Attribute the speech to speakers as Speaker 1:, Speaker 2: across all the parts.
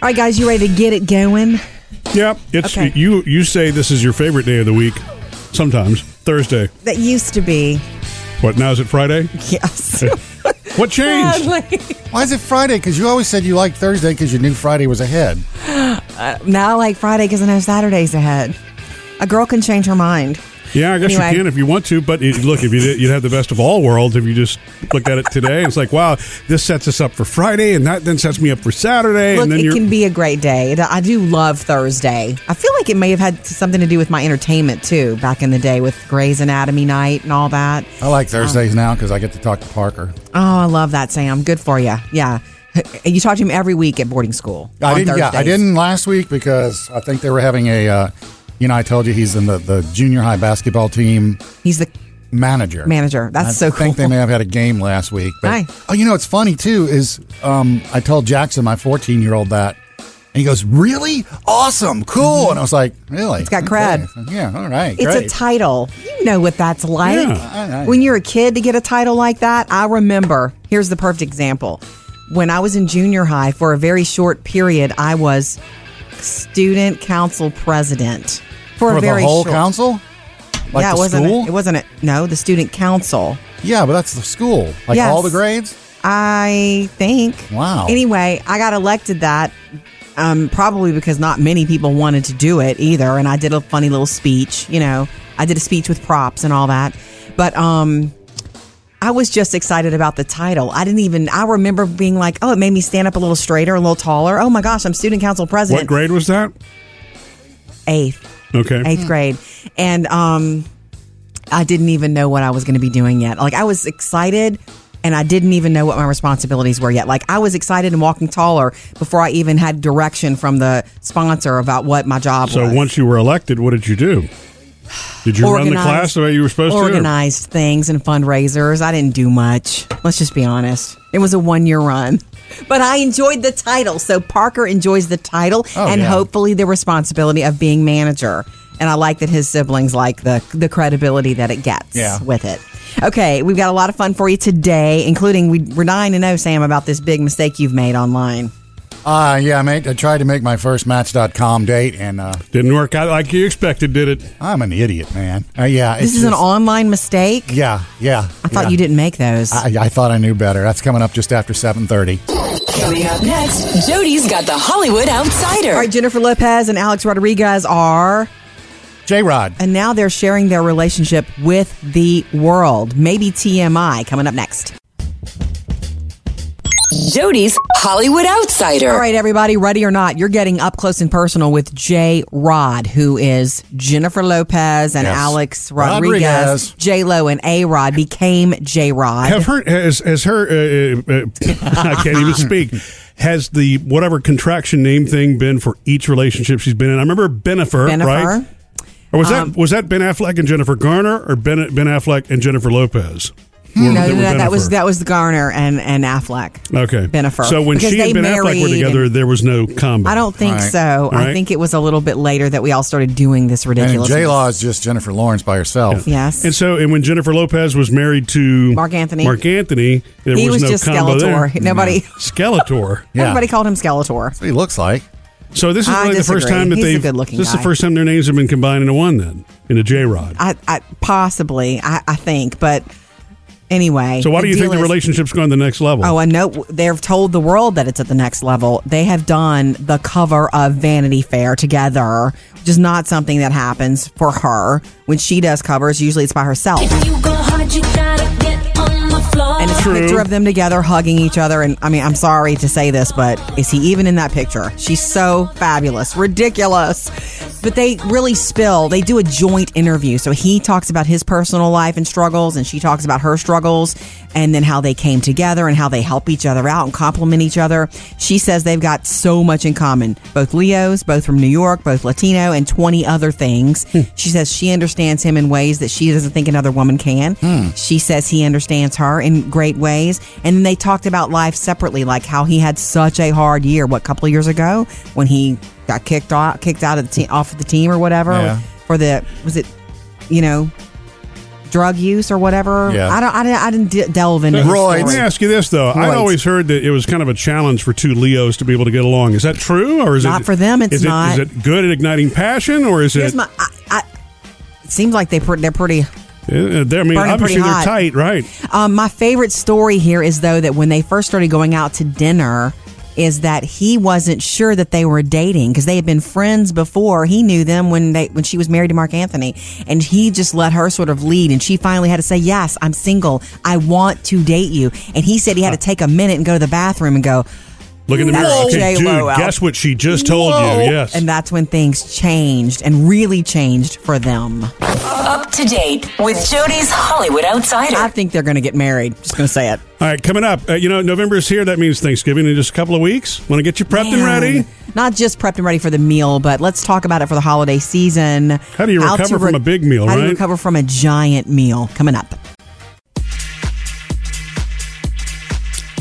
Speaker 1: All right, guys, you ready to get it going?
Speaker 2: Yep. It's
Speaker 1: Okay.
Speaker 2: you. You say this is your favorite day of the week. Sometimes Thursday.
Speaker 1: That used to be
Speaker 2: What now is it Friday?
Speaker 1: yes.
Speaker 2: What changed?
Speaker 3: Why is it Friday? Because you always said you liked Thursday because you knew Friday was ahead.
Speaker 1: now I like Friday because I know Saturday's ahead. A girl can change her mind.
Speaker 2: Yeah, I guess
Speaker 1: Anyway.
Speaker 2: you can if you want to. But it, look, if you did, you'd have the best of all worlds if you just looked at it today. and It's like, wow, this sets us up for Friday, and that then sets me up for Saturday,
Speaker 1: Look,
Speaker 2: and then
Speaker 1: it
Speaker 2: you're.
Speaker 1: can be a great day. It- I do love Thursday. I feel like it may have had something to do with my entertainment too, back in the day with Grey's Anatomy night and all that.
Speaker 3: I like Thursdays now because I get to talk to Parker.
Speaker 1: Oh, I love that, Sam. Good for you. Yeah. You talk to him every week at boarding school.
Speaker 3: I
Speaker 1: on
Speaker 3: didn't. Yeah, I
Speaker 1: Thursdays.
Speaker 3: didn't last week because I think they were having a. Uh, you know, I told you he's in the, the junior high basketball team
Speaker 1: He's the
Speaker 3: manager.
Speaker 1: manager. That's
Speaker 3: I
Speaker 1: so
Speaker 3: I think
Speaker 1: cool.
Speaker 3: they may have had a game last week. But,
Speaker 1: Hi.
Speaker 3: Oh, you know what's funny too is um, I told Jackson, my 14 year old, that, and he goes, "Really? Awesome, cool." And I was like, "Really? It's
Speaker 1: got cred.
Speaker 3: Yeah. All right.
Speaker 1: It's a
Speaker 3: great.
Speaker 1: title. You know what that's like.
Speaker 2: Yeah.
Speaker 3: I- I-
Speaker 1: When you're a kid to get a title like that, I remember. Here's the perfect example. When I was in junior high for a very short period, I was student council president for,
Speaker 3: for
Speaker 1: a very
Speaker 3: the whole
Speaker 1: short.
Speaker 3: council. Like
Speaker 1: yeah,
Speaker 3: the
Speaker 1: it wasn't.
Speaker 3: school?
Speaker 1: A, it wasn't. A, no, the student council.
Speaker 3: Yeah, but that's the school. Like
Speaker 1: Yes.
Speaker 3: all the grades?
Speaker 1: I think.
Speaker 3: Wow.
Speaker 1: Anyway, I got elected that um, probably because not many people wanted to do it either, and I did a funny little speech. You know, I did a speech with props and all that, but um. I was just excited about the title. I didn't even. I remember being like, "Oh, it made me stand up a little straighter, a little taller." Oh my gosh, I'm student council president.
Speaker 2: What grade was that?
Speaker 1: Eighth.
Speaker 2: Okay.
Speaker 1: eighth grade, and um, I didn't even know what I was going to be doing yet. Like I was excited, and I didn't even know what my responsibilities were yet. Like I was excited and walking taller before I even had direction from the sponsor about what my job
Speaker 2: So
Speaker 1: was.
Speaker 2: once you were elected, what did you do? Did you run the
Speaker 1: Organized-
Speaker 2: class the way you were supposed to? or-
Speaker 1: organized things and fundraisers. I didn't do much. Let's just be honest. It was a one year run. But I enjoyed the title. So Parker enjoys the title
Speaker 3: Oh,
Speaker 1: and
Speaker 3: yeah.
Speaker 1: hopefully the responsibility of being manager. And I like that his siblings like the the credibility that it gets
Speaker 3: Yeah.
Speaker 1: with it. Okay, we've got a lot of fun for you today, including we, we're dying to know, Sam, about this big mistake you've made online.
Speaker 3: Uh, yeah, I, made, I tried to make my first Match.com date, and uh,
Speaker 2: Didn't work out like you expected, did it?
Speaker 3: I'm an idiot, man. Uh, yeah.
Speaker 1: This
Speaker 3: it's
Speaker 1: is an
Speaker 3: just-
Speaker 1: online mistake.
Speaker 3: Yeah, yeah.
Speaker 1: I thought you didn't make those.
Speaker 3: I, I thought I knew better. That's coming up just after 7.30.
Speaker 4: Coming up next, Jody's got the Hollywood
Speaker 1: All
Speaker 4: Outsider.
Speaker 1: right, Jennifer Lopez and Alex Rodriguez are
Speaker 3: J-Rod.
Speaker 1: and now they're sharing their relationship with the world. Maybe TMI coming up next.
Speaker 4: Jody's Hollywood Outsider.
Speaker 1: All right, everybody, ready or not, you're getting up close and personal with J Rod, who is Jennifer Lopez and
Speaker 3: Yes.
Speaker 1: Alex Rodriguez.
Speaker 3: Rodriguez.
Speaker 1: J Lo and A Rod became J Rod.
Speaker 2: Have her has, has her uh, uh, I can't even speak. Has the whatever contraction name thing been for each relationship she's been in? I remember Benifer, right? Or was
Speaker 1: Um,
Speaker 2: that was that Ben Affleck and Jennifer Garner, or Ben Ben Affleck and Jennifer Lopez? Were-
Speaker 1: No, no,
Speaker 2: they were
Speaker 1: no, that was
Speaker 2: Bennifer.
Speaker 1: that was Garner and and Affleck.
Speaker 2: okay.
Speaker 1: Bennifer.
Speaker 2: So when
Speaker 1: Because
Speaker 2: she
Speaker 1: they
Speaker 2: and Ben Affleck were
Speaker 1: married
Speaker 2: together,
Speaker 1: and-
Speaker 2: there was no combo.
Speaker 1: I don't think
Speaker 3: All right.
Speaker 1: so. I
Speaker 2: right.
Speaker 1: think it was a little bit later that we all started doing this
Speaker 3: And
Speaker 1: ridiculous.
Speaker 3: J-Law is just Jennifer Lawrence by herself.
Speaker 1: Yes.
Speaker 2: And so, and when Jennifer Lopez was married to
Speaker 1: Mark Anthony.
Speaker 2: Mark Anthony, there
Speaker 1: he
Speaker 2: was,
Speaker 1: was,
Speaker 2: no
Speaker 1: just
Speaker 2: combo
Speaker 1: Skeletor.
Speaker 2: there.
Speaker 1: Nobody.
Speaker 2: Skeletor.
Speaker 3: Yeah.
Speaker 1: Everybody called him Skeletor.
Speaker 3: He looks like.
Speaker 2: So this is
Speaker 1: I
Speaker 2: really the first
Speaker 1: disagree.
Speaker 2: time that
Speaker 1: He's a
Speaker 2: they've.
Speaker 1: good-looking
Speaker 2: this is
Speaker 1: guy.
Speaker 2: the first time their names have been combined into one. Then into J Rod.
Speaker 1: I, I possibly, I, I think, but anyway.
Speaker 2: So why do you think
Speaker 1: deal
Speaker 2: the
Speaker 1: is-
Speaker 2: relationship's gone to the next level?
Speaker 1: Oh, I know. They've told the world that it's at the next level. They have done the cover of Vanity Fair together, which is not something that happens for her when she does covers. Usually, it's by herself.
Speaker 5: If you go hard, you gotta get on the floor.
Speaker 1: And it's a
Speaker 2: True.
Speaker 1: picture of them together hugging each other. And I mean, I'm sorry to say this, but is he even in that picture? She's so fabulous, ridiculous. But they really spill. They do a joint interview. So he talks about his personal life and struggles, and she talks about her struggles, and then how they came together and how they help each other out and compliment each other. She says they've got so much in common both Leos, both from New York, both Latino, and 20 other things.
Speaker 3: Hmm.
Speaker 1: she says she understands him in ways that she doesn't think another woman can.
Speaker 3: Hmm.
Speaker 1: She says he understands her in great ways. And then they talked about life separately, like how he had such a hard year, what, couple of years ago when he got kicked off, kicked out of the team, off of the team or whatever
Speaker 3: Yeah.
Speaker 1: for the, was it, you know, drug use or whatever.
Speaker 3: Yeah.
Speaker 1: I don't. I didn't, I didn't de- delve into. his
Speaker 3: Roids.
Speaker 1: story.
Speaker 2: Let me ask you this though. I'd
Speaker 3: Right.
Speaker 2: always heard that it was kind of a challenge for two Leos to be able to get along. Is that true, or is it
Speaker 1: Not for them, it's
Speaker 2: is it-
Speaker 1: not.
Speaker 2: Is it good at igniting passion, or is
Speaker 1: Here's
Speaker 2: it?
Speaker 1: my. I, I, it seems like they pre- they're pretty
Speaker 2: uh, they're- I mean,
Speaker 1: Burning
Speaker 2: obviously
Speaker 1: pretty
Speaker 2: they're
Speaker 1: hot.
Speaker 2: tight, right?
Speaker 1: Um, my favorite story here is though that when they first started going out to dinner, is that he wasn't sure that they were dating because they had been friends before. He knew them when they when she was married to Mark Anthony, and he just let her sort of lead. And she finally had to say, "Yes, I'm single. I want to date you." And he said he had to take a minute and go to the bathroom and go.
Speaker 2: Look in the mirror.
Speaker 1: Whoa.
Speaker 2: Okay, dude,
Speaker 1: J-Lo out.
Speaker 2: guess what she just told you? Yes.
Speaker 1: And that's when things changed and really changed for them.
Speaker 4: Up to date with Jody's Hollywood
Speaker 1: I
Speaker 4: Outsider.
Speaker 1: think they're going to get married. Just going to say it.
Speaker 2: All right, coming up, uh, you know, November is here. That means Thanksgiving in just a couple of weeks. Want to get you prepped and
Speaker 1: Man.
Speaker 2: ready?
Speaker 1: Not just prepped and ready for the meal, but let's talk about it for the holiday season. How
Speaker 2: do you recover from a big meal,
Speaker 1: How do
Speaker 2: right?
Speaker 1: you recover from a giant meal? Coming up.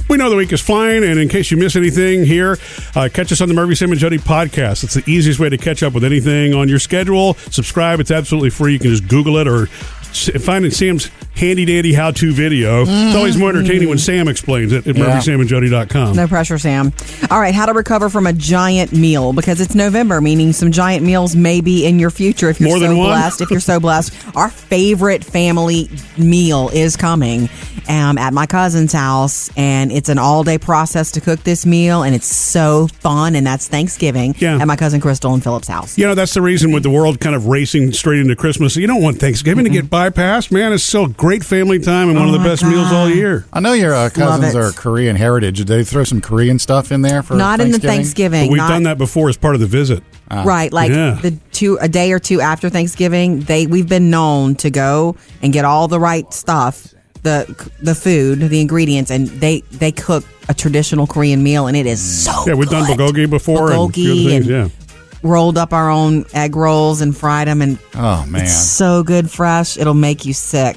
Speaker 2: We know the week is flying, and in case you miss anything here, uh, catch us on the Murphy Sam and Jody podcast. It's the easiest way to catch up with anything on your schedule. Subscribe; it's absolutely free. You can just Google it or s- find it Sam's handy dandy how to video. It's always more entertaining when Sam explains it at
Speaker 3: Yeah.
Speaker 2: murphysamandjody.com.
Speaker 1: No pressure, Sam. All right, how to recover from a giant meal because it's November, meaning some giant meals may be in your future if you're
Speaker 2: More
Speaker 1: so
Speaker 2: than one?
Speaker 1: blessed. If you're so blessed, our favorite family meal is coming um, at my cousin's house, and it's an all-day process to cook this meal, and it's so fun. And that's Thanksgiving
Speaker 2: Yeah.
Speaker 1: at my cousin Crystal and Philip's house.
Speaker 2: You know, that's the reason with the world kind of racing straight into Christmas. You don't want Thanksgiving to get bypassed. Man, it's still great family time and one of the
Speaker 1: Oh my
Speaker 2: best meals all year.
Speaker 3: I know your uh, cousins
Speaker 1: it.
Speaker 3: are Korean heritage. Did they throw some Korean stuff in there for
Speaker 1: Not in the
Speaker 2: But
Speaker 1: Thanksgiving.
Speaker 2: we've
Speaker 1: not- Oh,
Speaker 2: done that before as part of the visit.
Speaker 1: right like
Speaker 2: Yeah.
Speaker 1: the two a day or two after thanksgiving they we've been known to go and get all the right stuff the the food the ingredients and they they cook a traditional korean meal and it is so
Speaker 2: Yeah, we've done
Speaker 1: good.
Speaker 2: bulgogi before and a few other
Speaker 1: Bulgogi
Speaker 2: things,
Speaker 1: and
Speaker 2: yeah.
Speaker 1: rolled up our own egg rolls and fried them and
Speaker 3: Oh man,
Speaker 1: it's so good fresh it'll make you sick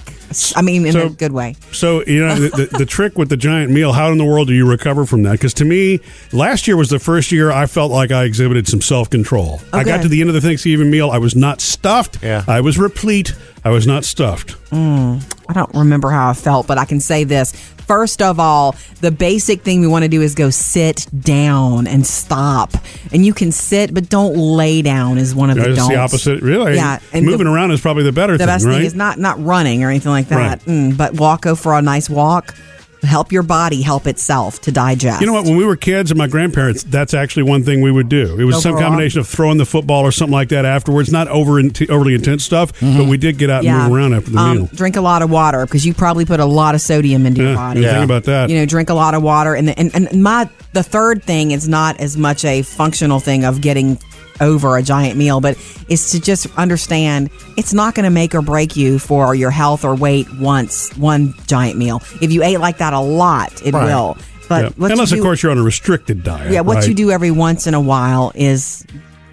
Speaker 1: i mean in a
Speaker 2: So-
Speaker 1: good way
Speaker 2: So, you know, the, the, the trick with the giant meal, how in the world do you recover from that? Because to me, last year was the first year I felt like I exhibited some self control. I got
Speaker 1: good.
Speaker 2: to the end of the Thanksgiving meal. I was not stuffed.
Speaker 3: Yeah.
Speaker 2: I was replete. I was not stuffed.
Speaker 1: Oh, I don't remember how I felt, but I can say this. First of all, the basic thing we want to do is go sit down and stop. And you can sit, but don't lay down is one of
Speaker 2: Yeah,
Speaker 1: the
Speaker 2: it's
Speaker 1: don'ts.
Speaker 2: the opposite. Really?
Speaker 1: Yeah.
Speaker 2: Moving
Speaker 1: the,
Speaker 2: around is probably the better
Speaker 1: The
Speaker 2: thing,
Speaker 1: best
Speaker 2: right?
Speaker 1: thing is not not running or anything like that,
Speaker 2: Right.
Speaker 1: Mm, but walk go for a nice walk. Help your body help itself to digest.
Speaker 2: You know what? When we were kids and my grandparents, that's actually one thing we would do. It was
Speaker 1: Go
Speaker 2: some
Speaker 1: for a walk.
Speaker 2: combination of throwing the football or something like that afterwards. Not over overly intense stuff, but we did get out and move around after the
Speaker 1: Mm-hmm. Um,
Speaker 2: meal.
Speaker 1: Drink a lot of water because you probably put a lot of sodium into
Speaker 2: Yeah,
Speaker 1: your
Speaker 2: you
Speaker 1: body.
Speaker 2: think about that.
Speaker 1: you know drink a lot of water and, the, and and my the third thing is not as much a functional thing of getting over a giant meal but is to just understand it's not going to make or break you for your health or weight once one giant meal if you ate like that a lot it
Speaker 3: Right.
Speaker 1: will but
Speaker 2: Yeah.
Speaker 1: what you
Speaker 2: Unless,
Speaker 1: do-
Speaker 2: of course, you're on a restricted diet.
Speaker 1: yeah what
Speaker 2: right?
Speaker 1: you do every once in a while is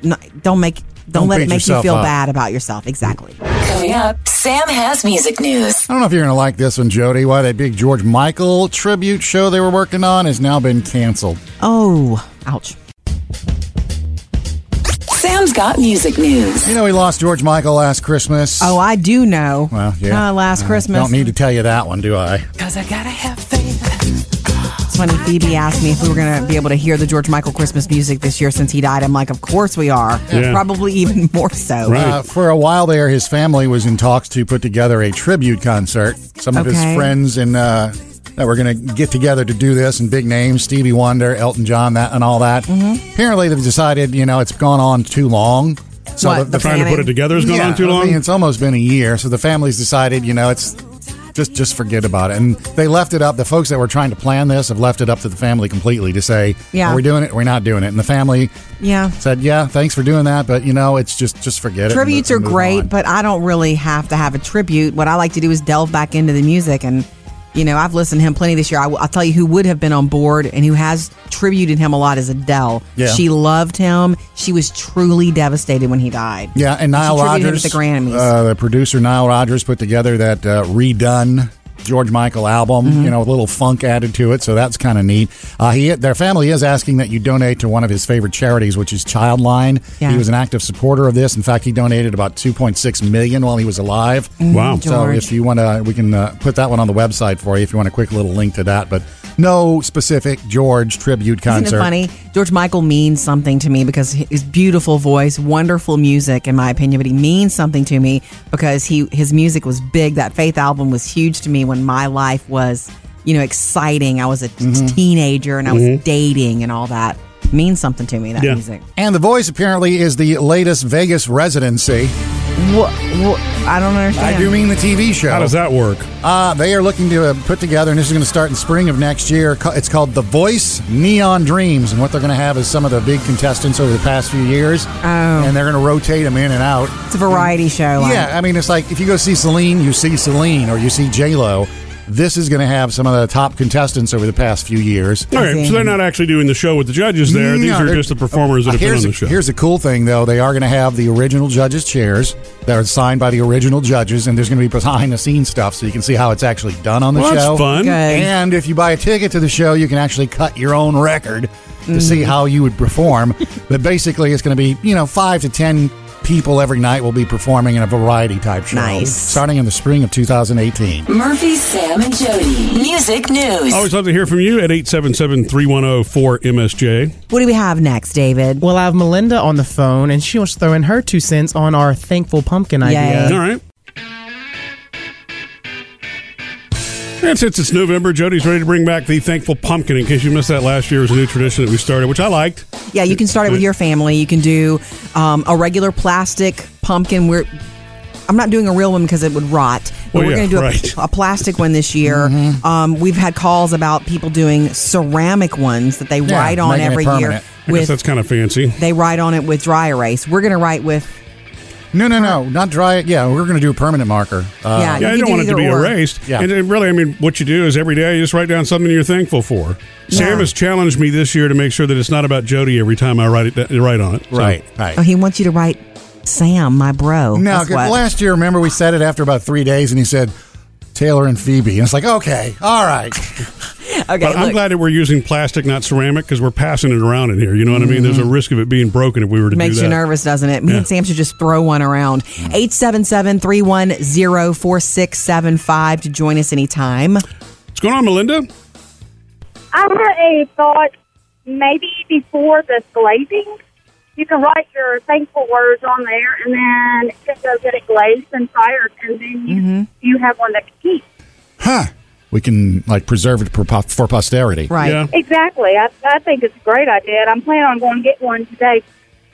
Speaker 1: not, don't make don't,
Speaker 3: Don't
Speaker 1: let it
Speaker 3: beat
Speaker 1: make you
Speaker 3: yourself
Speaker 1: feel
Speaker 3: up.
Speaker 1: bad about yourself exactly
Speaker 4: Coming up, Sam has music news.
Speaker 3: I don't know if you're going to like this one, Jody. Why that big George Michael tribute show they were working on has now been canceled.
Speaker 1: oh ouch
Speaker 4: Sam's got music news.
Speaker 3: You know, we lost George Michael last Christmas.
Speaker 1: oh i do know
Speaker 3: well, yeah.
Speaker 1: Uh, last
Speaker 3: I
Speaker 1: christmas
Speaker 3: Don't need to tell you that one, do I?
Speaker 1: It's funny, Phoebe asked me if we were going to be able to hear the George Michael Christmas music this year since he died. I'm like, of course we are.
Speaker 2: Yeah.
Speaker 1: Probably even more so.
Speaker 2: Right.
Speaker 3: Uh, for a while there, his family was in talks to put together a tribute concert. Some of
Speaker 1: Okay.
Speaker 3: his friends and uh, that were going to get together to do this, and big names, Stevie Wonder, Elton John, that and all that.
Speaker 1: Mm-hmm.
Speaker 3: Apparently, they've decided, you know, it's gone on too long. So
Speaker 1: What, the
Speaker 2: Trying to put it together has gone
Speaker 3: Yeah,
Speaker 2: on too
Speaker 3: I
Speaker 2: long.
Speaker 3: mean, it's almost been a year, so the family's decided, you know, it's just just forget about it. And they left it up. The folks that were trying to plan this have left it up to the family completely to say,
Speaker 1: Yeah.
Speaker 3: are we doing it? We're not doing it. And the family
Speaker 1: Yeah.
Speaker 3: said, yeah, thanks for doing that, but you know, it's just just forget it. and
Speaker 1: Tributes
Speaker 3: move-
Speaker 1: are
Speaker 3: move
Speaker 1: great,
Speaker 3: on."
Speaker 1: but I don't really have to have a tribute. What I like to do is delve back into the music and. You know, I've listened to him plenty this year. I, will tell you who would have been on board and who has tributed him a lot is Adele.
Speaker 3: Yeah.
Speaker 1: She loved him. She was truly devastated when he died.
Speaker 3: yeah, and Nile
Speaker 1: tributed him
Speaker 3: Rodgers,
Speaker 1: at the Grammys.
Speaker 3: uh, the producer Nile Rodgers put together that uh, redone George Michael album,
Speaker 1: Mm-hmm.
Speaker 3: you know, with a little funk added to it. So that's kind of neat. Uh, he, their family is asking that you donate to one of his favorite charities, which is Childline.
Speaker 1: Yeah.
Speaker 3: He was an active supporter of this. In fact, he donated about 2.6 million while he was alive.
Speaker 2: Wow.
Speaker 3: So
Speaker 1: Mm, George.
Speaker 3: if you want to, we can uh, put that one on the website for you if you want a quick little link to that. But no specific George tribute concert.
Speaker 1: Isn't it funny? George Michael means something to me because his beautiful voice, wonderful music, in my opinion. But he means something to me because he his music was big. That Faith album was huge to me when my life was, you know, exciting. I was a t- teenager and I was dating and all that means something to me. That
Speaker 2: Yeah.
Speaker 1: music.
Speaker 3: And the voice apparently is the latest Vegas residency.
Speaker 1: What, I don't understand.
Speaker 3: I do mean the TV show.
Speaker 2: How does that work?
Speaker 3: Uh, they are looking to uh, put together, and this is going to start in spring of next year. co- It's called The Voice Neon Dreams, and what they're going to have is some of the big contestants over the past few years,
Speaker 1: Oh.
Speaker 3: and they're going to rotate them in and out.
Speaker 1: It's a variety show. like-
Speaker 3: Yeah, I mean, it's like if you go see Celine, you see Celine, or you see J Lo. This is going to have some of the top contestants over the past few years.
Speaker 2: All right,
Speaker 1: see.
Speaker 2: so they're not actually doing the show with the judges there. These
Speaker 3: No,
Speaker 2: are
Speaker 3: they're-
Speaker 2: just the performers that have been
Speaker 3: uh, here's
Speaker 2: on the
Speaker 3: a-
Speaker 2: show.
Speaker 3: Here's the cool thing, though. They are going to have the original judges' chairs that are signed by the original judges, and there's going to be behind the scenes stuff so you can see how it's actually done on the
Speaker 2: well,
Speaker 3: show.
Speaker 2: that's fun.
Speaker 1: Good.
Speaker 3: And if you buy a ticket to the show, you can actually cut your own record
Speaker 1: Mm.
Speaker 3: to see how you would perform. but basically, it's going to be, you know, five to 10 people every night will be performing in a variety type show.
Speaker 1: Nice.
Speaker 3: Starting in the spring of 2018.
Speaker 4: Murphy, Sam, and Jody. Music news.
Speaker 2: Always love to hear from you at oh, 877-310-4MSJ.
Speaker 1: What do we have next, David?
Speaker 6: Well, I have Melinda on the phone, and she wants to throw in her two cents on our thankful pumpkin idea.
Speaker 1: Yay.
Speaker 2: All right. And since it's November, Jody's ready to bring back the Thankful Pumpkin. In case you missed that last year, it was a new tradition that we started, which I liked.
Speaker 1: Yeah, you can start it with your family. You can do um, a regular plastic pumpkin. We're I'm not doing a real one because it would rot. But
Speaker 2: Well,
Speaker 1: we're
Speaker 2: yeah,
Speaker 1: going to do a-
Speaker 2: right. Mm-hmm.
Speaker 1: a, plastic one this year. Um, we've had calls about people doing ceramic ones that they
Speaker 3: Yeah,
Speaker 1: write on
Speaker 3: making it
Speaker 1: every year.
Speaker 3: permanent.
Speaker 2: I guess
Speaker 1: With
Speaker 2: that's kind of fancy.
Speaker 1: they write on it with dry erase. We're going to write with
Speaker 3: No, no, no. Not dry. Yeah, we're going to do a permanent marker. Uh,
Speaker 1: yeah.
Speaker 2: Yeah, I
Speaker 1: you
Speaker 2: don't
Speaker 1: can do
Speaker 2: want it to
Speaker 1: either
Speaker 2: be
Speaker 1: or.
Speaker 2: erased.
Speaker 3: Yeah.
Speaker 2: And it really, I mean, what you do is every day you just write down something you're thankful for. Sam has challenged me this year to make sure that it's not about Jody every time I write it write on it. So-
Speaker 3: Right, right.
Speaker 1: Oh, he wants you to write Sam, my bro.
Speaker 3: No,
Speaker 1: That's
Speaker 3: 'cause
Speaker 1: what.
Speaker 3: last year, remember, we said it after about three days, and he said, Taylor and Phoebe. And it's like, okay, all right.
Speaker 1: okay,
Speaker 2: But I'm
Speaker 1: look.
Speaker 2: glad that we're using plastic, not ceramic, because we're passing it around in here. You know what I mean? There's a risk of it being broken if we were to
Speaker 1: Mm-hmm. Makes
Speaker 2: do
Speaker 1: you
Speaker 2: that.
Speaker 1: nervous, doesn't it? Me
Speaker 2: Yeah. Mm.
Speaker 1: and Sam should just throw one around. 877 310 4675 to join us anytime.
Speaker 2: What's going on, Melinda?
Speaker 7: I had a thought maybe before the glazing, you can write your thankful words on there, and then it goes get it glazed and fired, and then you you have one that can keep.
Speaker 3: Huh. We can, like, preserve it for pos- for posterity.
Speaker 1: Right.
Speaker 2: Yeah.
Speaker 7: Exactly. I, I think it's a great idea, and I'm planning on going to get one today.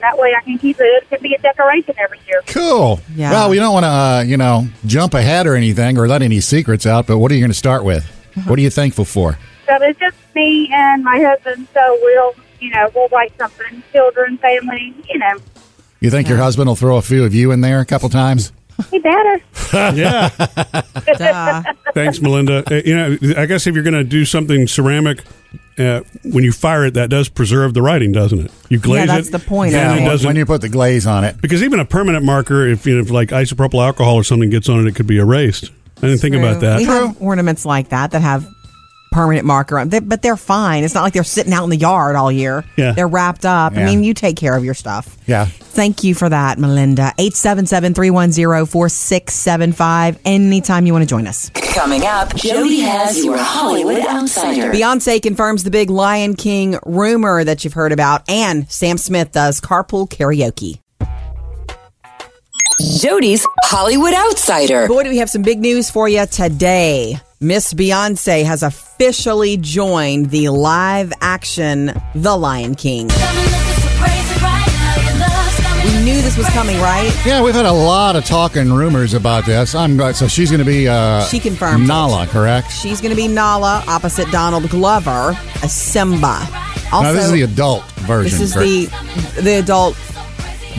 Speaker 7: That way, I can keep it. It could be a decoration every year.
Speaker 3: Cool.
Speaker 1: Yeah.
Speaker 3: Well, we don't want to, uh, you know, jump ahead or anything or let any secrets out, but what are you going to start with?
Speaker 1: Uh-huh.
Speaker 3: What are you thankful for?
Speaker 7: So it's just me and my husband. So we'll, you know, we'll write something. Children, family, you know,
Speaker 3: You think your husband will throw a few of you in there a couple times?
Speaker 7: he better.
Speaker 2: Yeah.
Speaker 1: Duh.
Speaker 2: Thanks, Melinda. Uh, You know, I guess if you're going to do something ceramic, uh, when you fire it, that does preserve the writing, doesn't it? You glaze
Speaker 1: that's
Speaker 2: it,
Speaker 1: the point
Speaker 2: then
Speaker 1: of
Speaker 2: it
Speaker 1: it.
Speaker 2: doesn't.
Speaker 3: when you put the glaze on it.
Speaker 2: because even a permanent marker, if you know, if like isopropyl alcohol or something gets on it, it could be erased. I didn't think about
Speaker 1: We
Speaker 2: that.
Speaker 1: have ornaments like that that have permanent marker on they, but they're fine. It's not like they're sitting out in the yard all year.
Speaker 2: Yeah.
Speaker 1: They're wrapped up. I
Speaker 3: Yeah.
Speaker 1: mean, you take care of your stuff.
Speaker 3: Yeah.
Speaker 1: Thank you for that, Melinda. 877 310 4675. Anytime you want to join us.
Speaker 4: Coming up, Jody has your Hollywood Outsider.
Speaker 1: Beyonce confirms the big Lion King rumor that you've heard about, and Sam Smith does carpool karaoke.
Speaker 4: Jody's Hollywood Outsider.
Speaker 1: Boy, do we have some big news for you today. Miss Beyonce has officially joined the live action The Lion King. We knew this was coming, right?
Speaker 3: Yeah, we've had a lot of talk and rumors about this. I'm glad- so she's going to be uh,
Speaker 1: She confirmed it.
Speaker 3: Nala, correct?
Speaker 1: She's going to be Nala opposite Donald Glover, a Simba. Also,
Speaker 3: now this is the adult version.
Speaker 1: This is
Speaker 3: correct?
Speaker 1: the the adult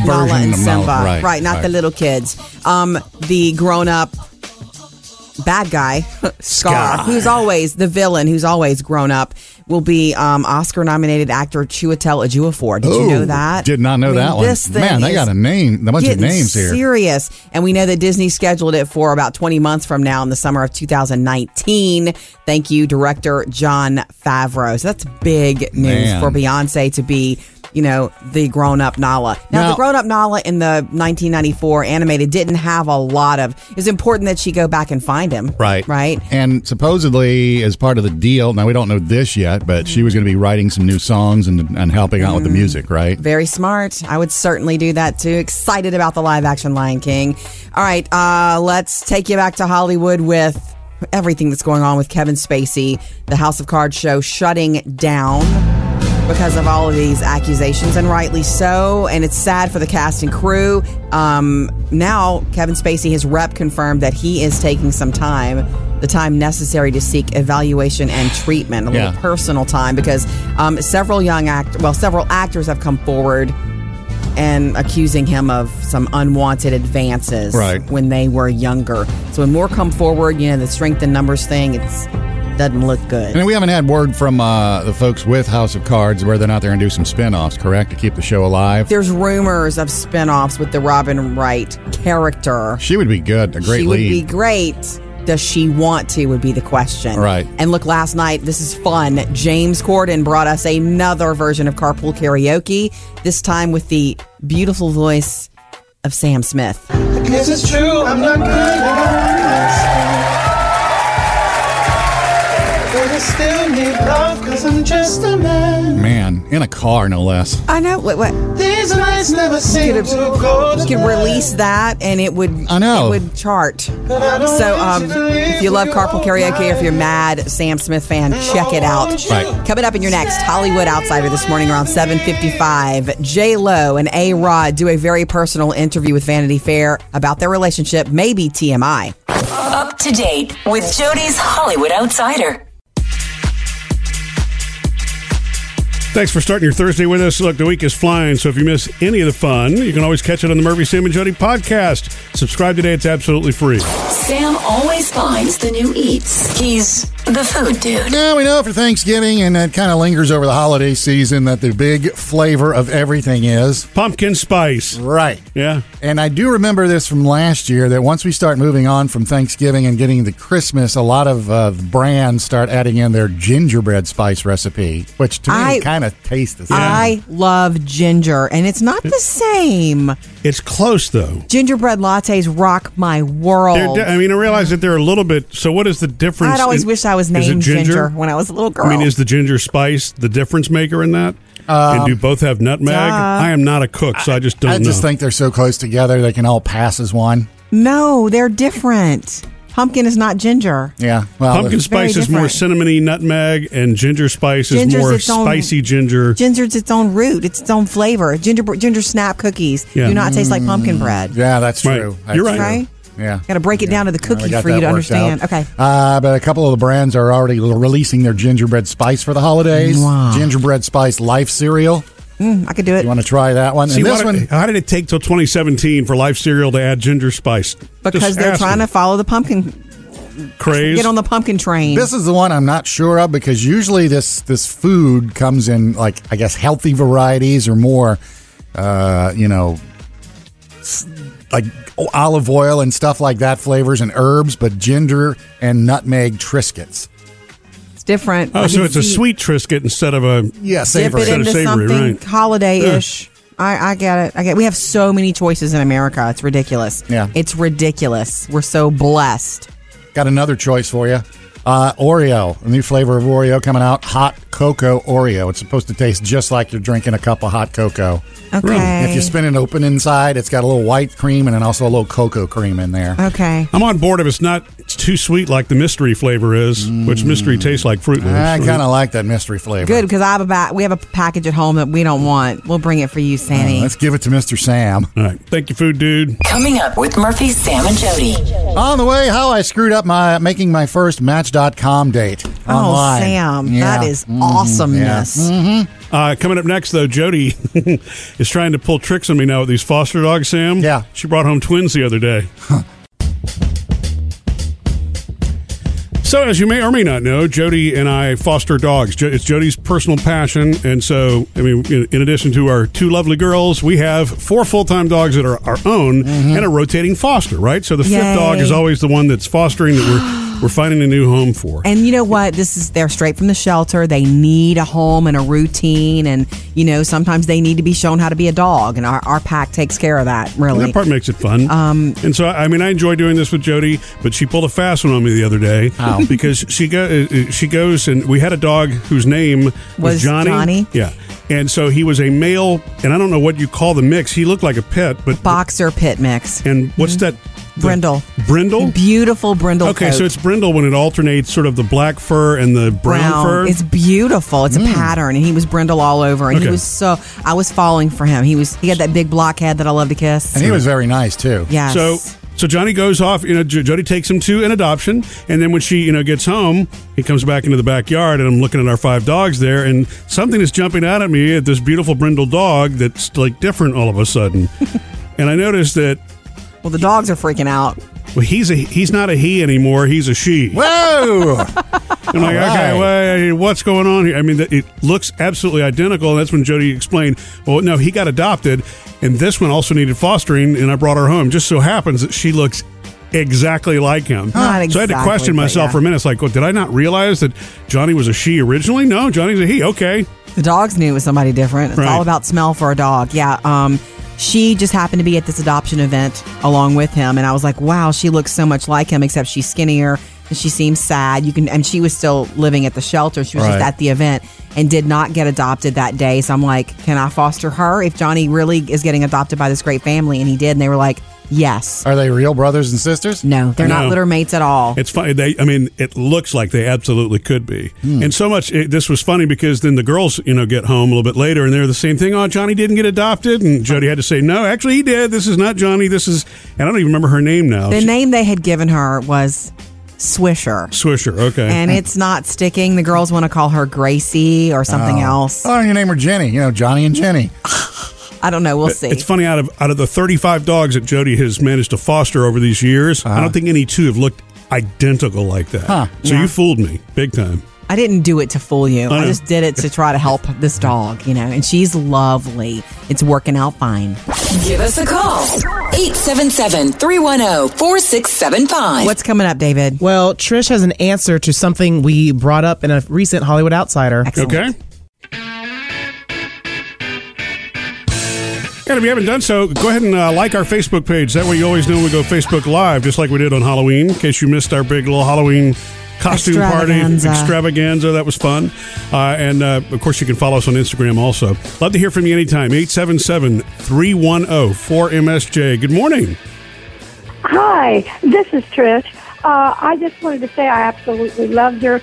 Speaker 1: Nala
Speaker 3: Version
Speaker 1: and
Speaker 3: of
Speaker 1: Simba,
Speaker 3: Nala,
Speaker 1: right,
Speaker 3: right,
Speaker 1: Not the
Speaker 3: right.
Speaker 1: little kids. Um, the grown up bad guy Scar,
Speaker 3: Scar.
Speaker 1: who's always the villain, who's always grown up. will be um, Oscar nominated actor Chiwetel Ejiofor. Did you know
Speaker 3: Ooh,
Speaker 1: that?
Speaker 3: Oh, Did not
Speaker 1: I
Speaker 3: know
Speaker 1: mean,
Speaker 3: that one.
Speaker 1: This thing
Speaker 3: Man, they
Speaker 1: is
Speaker 3: got a name, a bunch of
Speaker 1: getting
Speaker 3: names here.
Speaker 1: Serious, and we know that Disney scheduled it for about 20 months from now in the summer of 2019. Thank you, director John Favreau. So that's big news
Speaker 3: Man.
Speaker 1: for Beyonce to be. You know, the grown up Nala. Now,
Speaker 3: Now-
Speaker 1: the grown up Nala in the 1994 animated didn't have a lot of. It's important that she go back and find him.
Speaker 3: Right.
Speaker 1: Right.
Speaker 3: And supposedly, as part of the deal, now we don't know this yet, but she was going to be writing some new songs and, and helping out with the
Speaker 1: Mm.
Speaker 3: music, right?
Speaker 1: Very smart. I would certainly do that too. Excited about the live action Lion King. All right, uh, let's take you back to Hollywood with everything that's going on with Kevin Spacey, the House of Cards show shutting down because of all of these accusations, and rightly so. And it's sad for the cast and crew. Um, now, Kevin Spacey, his rep confirmed that he is taking some time. The time necessary to seek evaluation and treatment, a little
Speaker 3: Yeah.
Speaker 1: personal time, because um, several young act, well, several actors have come forward and accusing him of some unwanted advances
Speaker 3: Right.
Speaker 1: when they were younger. So when more come forward, you know, the strength in numbers thing, it's doesn't look good.
Speaker 3: And we haven't had word from uh, the folks with House of Cards whether or not they're going to do some spin-offs, correct, to keep the show alive.
Speaker 1: There's rumors of spin-offs with the Robin Wright character.
Speaker 3: she would be good, a great
Speaker 1: she would be
Speaker 3: lead.
Speaker 1: great. Does she want to? Would be the question.
Speaker 3: Right.
Speaker 1: And look, last night, this is fun. James Corden brought us another version of Carpool Karaoke, this time with the beautiful voice of Sam Smith.
Speaker 8: This is true. I'm not good at all. But I still need love because I'm just a man.
Speaker 3: Man, in a car, no less.
Speaker 1: I know. What? what
Speaker 8: These nights never
Speaker 1: You
Speaker 8: seem
Speaker 1: could,
Speaker 8: to go to
Speaker 1: you could
Speaker 8: bed.
Speaker 1: release that and it would
Speaker 3: I know.
Speaker 1: it would chart.
Speaker 8: But I don't
Speaker 1: So
Speaker 8: want
Speaker 1: um,
Speaker 8: to leave
Speaker 1: if you love
Speaker 8: with
Speaker 1: Carpool
Speaker 8: all
Speaker 1: Karaoke or if you're
Speaker 8: night.
Speaker 1: mad Sam Smith fan, check it out.
Speaker 3: Right.
Speaker 1: Coming up in your next Hollywood Outsider this morning around 7:55, J Lo and A Rod do a very personal interview with Vanity Fair about their relationship, maybe TMI.
Speaker 4: Up to date with Jody's Hollywood Outsider.
Speaker 2: Thanks for starting your Thursday with us. Look, the week is flying, so if you miss any of the fun, you can always catch it on the Murphy, Sam, and Jody podcast. Subscribe today. It's absolutely free.
Speaker 4: Sam always finds the new eats. He's the food dude.
Speaker 3: Yeah, we know after Thanksgiving, and it kind of lingers over the holiday season, that the big flavor of everything is...
Speaker 2: Pumpkin spice.
Speaker 3: Right.
Speaker 2: Yeah.
Speaker 3: And I do remember this from last year that once we start moving on from Thanksgiving and getting to Christmas, a lot of uh, brands start adding in their gingerbread spice recipe, which to
Speaker 1: I-
Speaker 3: me kind of tastes the same.
Speaker 1: I love ginger and it's not the same.
Speaker 2: It's close, though.
Speaker 1: Gingerbread lattes rock my
Speaker 2: They're
Speaker 1: world.
Speaker 2: di- I mean, I realize that they're a little bit. So, what is the difference?
Speaker 1: Oh. I'd always
Speaker 2: in-
Speaker 1: wished I was
Speaker 2: is it
Speaker 1: named ginger? when I was a little girl.
Speaker 2: I mean, is the ginger spice the difference maker in that? and do both have nutmeg? I am not a cook, so I just don't
Speaker 3: Uh, I
Speaker 2: know.
Speaker 3: just think they're so close together they can all pass as one.
Speaker 1: No, they're different. Pumpkin is not ginger.
Speaker 3: Yeah. Well,
Speaker 2: Pumpkin
Speaker 3: if-
Speaker 2: spice
Speaker 1: very
Speaker 2: is more
Speaker 1: different.
Speaker 2: cinnamony nutmeg, and ginger spice is
Speaker 1: Ginger's
Speaker 2: more
Speaker 1: its own-
Speaker 2: spicy ginger.
Speaker 1: Ginger's its own root. It's its own flavor. Ginger ginger snap cookies
Speaker 2: Yeah. Mm.
Speaker 1: do not taste like pumpkin bread.
Speaker 3: yeah, that's
Speaker 2: Right.
Speaker 3: true. That's
Speaker 2: You're right.
Speaker 3: true.
Speaker 1: Right?
Speaker 3: Yeah.
Speaker 1: Got to break it down to the
Speaker 3: Well, we
Speaker 1: cookie
Speaker 3: got
Speaker 1: for you
Speaker 3: that
Speaker 1: to
Speaker 3: worked
Speaker 1: understand.
Speaker 3: out.
Speaker 1: Okay.
Speaker 3: Uh, but a couple of the brands are already l- releasing their gingerbread spice for the holidays.
Speaker 1: Wow.
Speaker 3: Gingerbread spice life cereal.
Speaker 1: Mm, I could do it
Speaker 3: You want to try that one?
Speaker 2: See,
Speaker 3: and this
Speaker 2: why
Speaker 3: one,
Speaker 2: did- how did it take till 2017 for Life Cereal to add ginger spice?
Speaker 1: because
Speaker 2: Just
Speaker 1: they're
Speaker 2: ask
Speaker 1: trying to
Speaker 2: them.
Speaker 1: follow the pumpkin,
Speaker 2: craze.
Speaker 1: get on the pumpkin train.
Speaker 3: This is the one I'm not sure of because usually this this food comes in like I guess healthy varieties or more, uh, you know, s- like o- olive oil and stuff like that flavors and herbs, but ginger and nutmeg triscuits.
Speaker 1: it's different.
Speaker 2: oh,
Speaker 1: I
Speaker 2: so
Speaker 1: can
Speaker 2: it's a
Speaker 1: see-
Speaker 2: sweet Triscuit instead of a.
Speaker 3: Yeah,
Speaker 1: Dip
Speaker 3: savory.
Speaker 1: it
Speaker 2: Instead of
Speaker 1: into
Speaker 2: savory,
Speaker 1: something
Speaker 2: right.
Speaker 1: holiday-ish. I, I get it. I get. We have so many choices in America. It's ridiculous.
Speaker 3: Yeah.
Speaker 1: It's ridiculous. We're so blessed.
Speaker 3: Got another choice for you. Uh, Oreo, a new flavor of Oreo coming out, hot cocoa Oreo. It's supposed to taste just like you're drinking a cup of hot cocoa.
Speaker 1: Okay.
Speaker 3: If you spin it open inside, it's got a little white cream and then also a little cocoa cream in there.
Speaker 1: okay.
Speaker 2: I'm on board if it's not too sweet like the mystery flavor is, which mystery tastes like Fruit Loops.
Speaker 3: I
Speaker 2: right?
Speaker 3: kind of like that mystery flavor.
Speaker 1: Good because I have a ba- we have a package at home that we don't want. We'll bring it for you,
Speaker 2: Oh,
Speaker 1: Sandy.
Speaker 3: Let's give it to Mr. Sam.
Speaker 2: All right. Thank you, food dude.
Speaker 4: Coming up with Murphy, Sam, and Jody.
Speaker 3: On the way, how I screwed up my making my first Match.com date
Speaker 1: oh,
Speaker 3: online.
Speaker 1: Sam,
Speaker 3: Yeah.
Speaker 1: that
Speaker 2: Mm-hmm.
Speaker 1: is awesomeness.
Speaker 2: Uh, coming up next, though, Jody is trying to pull tricks on me now with these foster dogs, Sam.
Speaker 3: Yeah.
Speaker 2: She brought home twins the other day. So, as you may or may not know, Jody and I foster dogs. Jo- It's Jody's personal passion, and so I mean, in in addition to our two lovely girls, we have four full-time dogs that are our own and a rotating foster. Right, so the
Speaker 1: Yay.
Speaker 2: fifth dog is always the one that's fostering that we're we're finding a new home for.
Speaker 1: And you know what? This is they're straight from the shelter. They need a home and a routine, and you know sometimes they need to be shown how to be a dog. And our, our pack takes care of that.
Speaker 2: And
Speaker 1: Really,
Speaker 2: that part makes it fun. Um, and so, I I mean, I enjoy doing this with Jody, but she pulled a fast one on me the other day because she go, uh, uh, she goes and we had a dog whose name was,
Speaker 1: Was
Speaker 2: Johnny.
Speaker 1: Johnny?
Speaker 2: Yeah, and so he was a male, and I don't know what you call the mix. He looked like a pit, but
Speaker 1: boxer pit mix,
Speaker 2: and what's that? The-
Speaker 1: Mm-hmm. Brindle.
Speaker 2: Brindle.
Speaker 1: beautiful brindle.
Speaker 2: Okay,
Speaker 1: coat.
Speaker 2: so it's brindle when it alternates sort of the black fur and the brown, fur. Mm.
Speaker 1: It's beautiful. It's a pattern, and he was brindle all over, and
Speaker 2: Okay.
Speaker 1: he was so. I was falling for him. He was. He had that big blockhead that I love to kiss.
Speaker 3: And he was very nice too.
Speaker 1: yes.
Speaker 2: So so Johnny goes off. You know, Jo- Jody takes him to an adoption, and then when she you know gets home, he comes back into the backyard, and I'm looking at our five dogs there, and something is jumping out at me at this beautiful brindle dog that's like different all of a sudden, and I noticed that
Speaker 1: well, the dogs are freaking out.
Speaker 2: well, he's a he's not a he anymore, he's a she.
Speaker 3: Whoa!
Speaker 2: I'm like,
Speaker 3: All
Speaker 2: okay,
Speaker 3: right.
Speaker 2: wait, what's going on here? I mean, it looks absolutely identical. And that's when Jody explained, well, no, he got adopted, and this one also needed fostering, and I brought her home. Just so happens that she looks exactly like him.
Speaker 1: Not
Speaker 2: so I had to
Speaker 1: exactly,
Speaker 2: question
Speaker 1: but
Speaker 2: myself
Speaker 1: yeah.
Speaker 2: for a minute. It's like, well, did I not realize that Johnny was a she originally? No, Johnny's a he. Okay.
Speaker 1: The dogs knew it was somebody different. It's
Speaker 2: Right.
Speaker 1: all about smell for a dog. Yeah. Um, she just happened to be at this adoption event along with him, and I was like, wow, she looks so much like him, except she's skinnier and she seems sad. You can, and she was still living at the shelter. She was
Speaker 3: Right.
Speaker 1: just at the event and did not get adopted that day. So I'm like, can I foster her if Johnny really is getting adopted by this great family? And he did, and they were like, yes.
Speaker 3: Are they real brothers and sisters?
Speaker 1: No, they're
Speaker 2: No.
Speaker 1: not litter mates at all.
Speaker 2: It's funny. They, I mean, it looks like they absolutely could be. And so much. It, this was funny because then the girls, you know, get home a little bit later, and they're the same thing. Oh, Johnny didn't get adopted, and Jody had to say, no, actually, he did. This is not Johnny. This is, and I don't even remember her name now.
Speaker 1: the
Speaker 2: She-
Speaker 1: name they had given her was Swisher.
Speaker 2: Swisher. Okay.
Speaker 1: and it's not sticking. The girls want to call her Gracie or something else.
Speaker 3: Oh, your name her Jenny. You know Johnny and Jenny.
Speaker 1: I don't know. We'll see.
Speaker 2: it's funny out of out of the 35 dogs that Jody has managed to foster over these years, I don't think any two have looked identical like that.
Speaker 3: Huh.
Speaker 2: So
Speaker 1: Yeah.
Speaker 2: you fooled me big time.
Speaker 1: I didn't do it to fool you.
Speaker 2: I
Speaker 1: I
Speaker 2: know.
Speaker 1: just did it to try to help this dog, you know. And she's lovely. It's working out fine.
Speaker 4: Give us a call. 877 310 4675.
Speaker 1: What's coming up, David?
Speaker 6: Well, Trish has an answer to something we brought up in a recent Hollywood Outsider.
Speaker 1: Excellent.
Speaker 2: Okay. And if you haven't done so, go ahead and uh, like our Facebook page. That way you always know when we go Facebook Live, just like we did on Halloween, in case you missed our big little Halloween costume party
Speaker 1: Extravaganza.
Speaker 2: extravaganza. That was fun. Uh, and, uh, of course, you can follow us on Instagram also. Love to hear from you anytime. 877 310 4MSJ. Good morning.
Speaker 9: Hi, this is Trish. Uh, I just wanted to say I absolutely loved your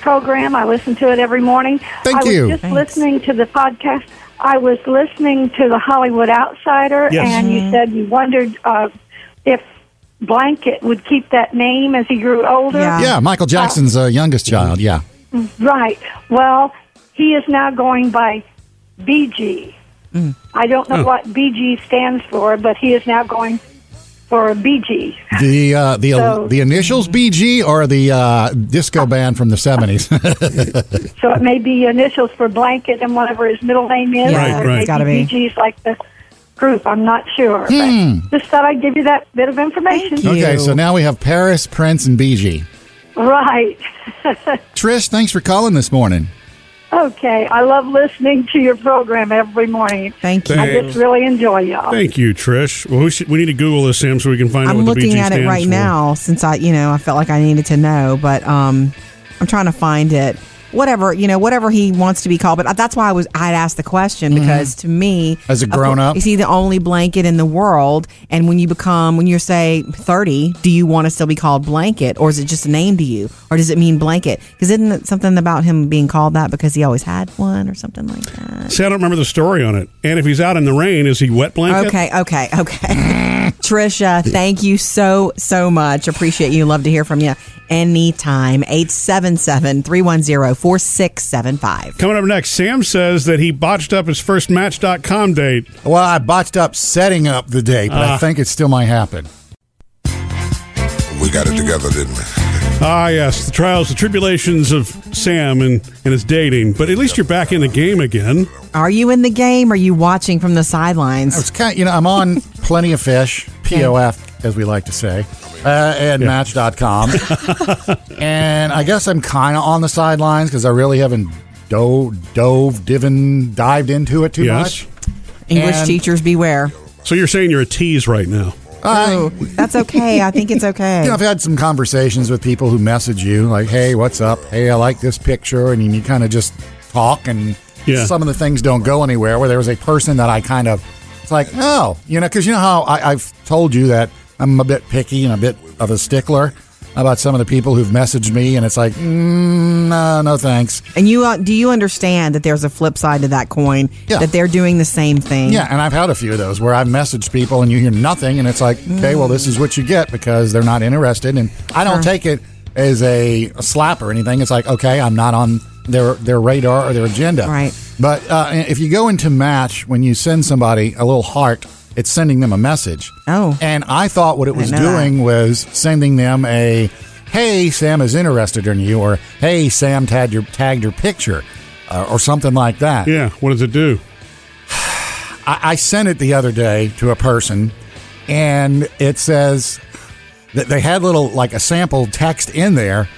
Speaker 9: program. I listen to it every morning.
Speaker 3: Thank
Speaker 9: I
Speaker 3: you.
Speaker 9: was just
Speaker 1: Thanks.
Speaker 9: listening to the podcast. I was listening to the Hollywood Outsider,
Speaker 2: Yes.
Speaker 9: and
Speaker 1: Mm-hmm.
Speaker 9: you said you wondered uh, if Blanket would keep that name as he grew older.
Speaker 1: Yeah.
Speaker 3: Yeah, Michael Jackson's uh, youngest child. Yeah.
Speaker 9: Right. Well, he is now going by BG.
Speaker 1: Mm.
Speaker 9: I don't know
Speaker 2: Oh.
Speaker 9: what BG stands for, but he is now going for BG.
Speaker 3: The uh, the
Speaker 9: So-
Speaker 3: the initials BG or the uh, disco band from the seventies.
Speaker 9: So it may be initials for blanket and whatever his middle name is.
Speaker 1: Right,
Speaker 9: or
Speaker 2: right.
Speaker 9: It
Speaker 1: Gotta
Speaker 9: may
Speaker 1: be. Hmm.
Speaker 9: be BG's like the group. I'm not sure. But just thought I'd give you that bit of information.
Speaker 1: Thank
Speaker 3: okay,
Speaker 1: Ew.
Speaker 3: so now we have Paris, Prince, and BG.
Speaker 9: Right.
Speaker 3: Trish, thanks for calling this morning.
Speaker 9: Okay. I love listening to your program every morning.
Speaker 1: Thank you.
Speaker 9: I just really enjoy y'all.
Speaker 2: Thank you, Trish. Well, we, should, we need to Google this, Sam, so we can find out
Speaker 1: I'm
Speaker 2: what the BG
Speaker 1: looking at it
Speaker 2: stands
Speaker 1: right
Speaker 2: for.
Speaker 1: now since I, you know, I felt like I needed to know, but um, I'm trying to find it. Whatever, you know, whatever he wants to be called. But that's why I was, I'd asked the question
Speaker 2: Mm-hmm.
Speaker 1: because to me,
Speaker 3: As a
Speaker 1: of cour-
Speaker 3: grown-up?
Speaker 1: is he the only blanket in the world? And when you become, when you're say 30, do you want to still be called blanket or is it just a name to you? Or does it mean blanket? Because isn't it something about him being called that because he always had one or something like that?
Speaker 2: See, I don't remember the story on it. And if he's out in the rain, is he wet blanket?
Speaker 1: Okay, okay, okay. Trisha, thank you so, so much. Appreciate you. Love to hear from you anytime. 877 310 4675.
Speaker 2: Coming up next, Sam says that he botched up his first Match.com date.
Speaker 3: Well, I botched up setting up the date, but I think it still might happen.
Speaker 10: We got it together, didn't we?
Speaker 2: Ah, yes, the trials, the tribulations of Sam and, and his dating. But at least you're back in the game again.
Speaker 1: Are you in the game? Are you watching from the sidelines?
Speaker 3: I was kind you know, I'm on Plenty of Fish, POF, as we like to say, uh, and Match.com. and I guess I'm kind of on the sidelines because I really haven't dove, dove, divin, dived into it too
Speaker 2: Yes.
Speaker 3: much.
Speaker 1: English
Speaker 3: and-
Speaker 1: teachers beware.
Speaker 2: So you're saying you're a tease right now.
Speaker 3: I,
Speaker 1: Oh, that's okay. I think it's okay.
Speaker 3: you know, I've had some conversations with people who message you, like, hey, what's up? Hey, I like this picture. And you kind of just talk, and
Speaker 2: Yeah.
Speaker 3: some of the things don't go anywhere. Where there was a person that I kind of, it's like, oh, you know, because you know how I, I've told you that I'm a bit picky and a bit of a stickler about some of the people who've messaged me, and it's like, mm, no, no thanks.
Speaker 1: and you uh, do you understand that there's a flip side to that coin?
Speaker 3: Yeah.
Speaker 1: That they're doing the same thing.
Speaker 3: Yeah, and I've had a few of those where I've messaged people and you hear nothing, and it's like, okay, well, this is what you get because they're not interested, and I don't take it as a, a slap or anything. It's like, okay, I'm not on their their radar or their agenda.
Speaker 1: Right.
Speaker 3: But uh, if you go into match when you send somebody a little heart, it's sending them a message.
Speaker 1: Oh.
Speaker 3: and I thought what it was
Speaker 1: know that.
Speaker 3: doing was sending them a. Hey, Sam is interested in you, or Hey, Sam tagged your tagged your picture, uh, or something like that.
Speaker 2: Yeah. What does it do?
Speaker 3: I, I sent it the other day to a person, and it says that they had little like a sample text in there,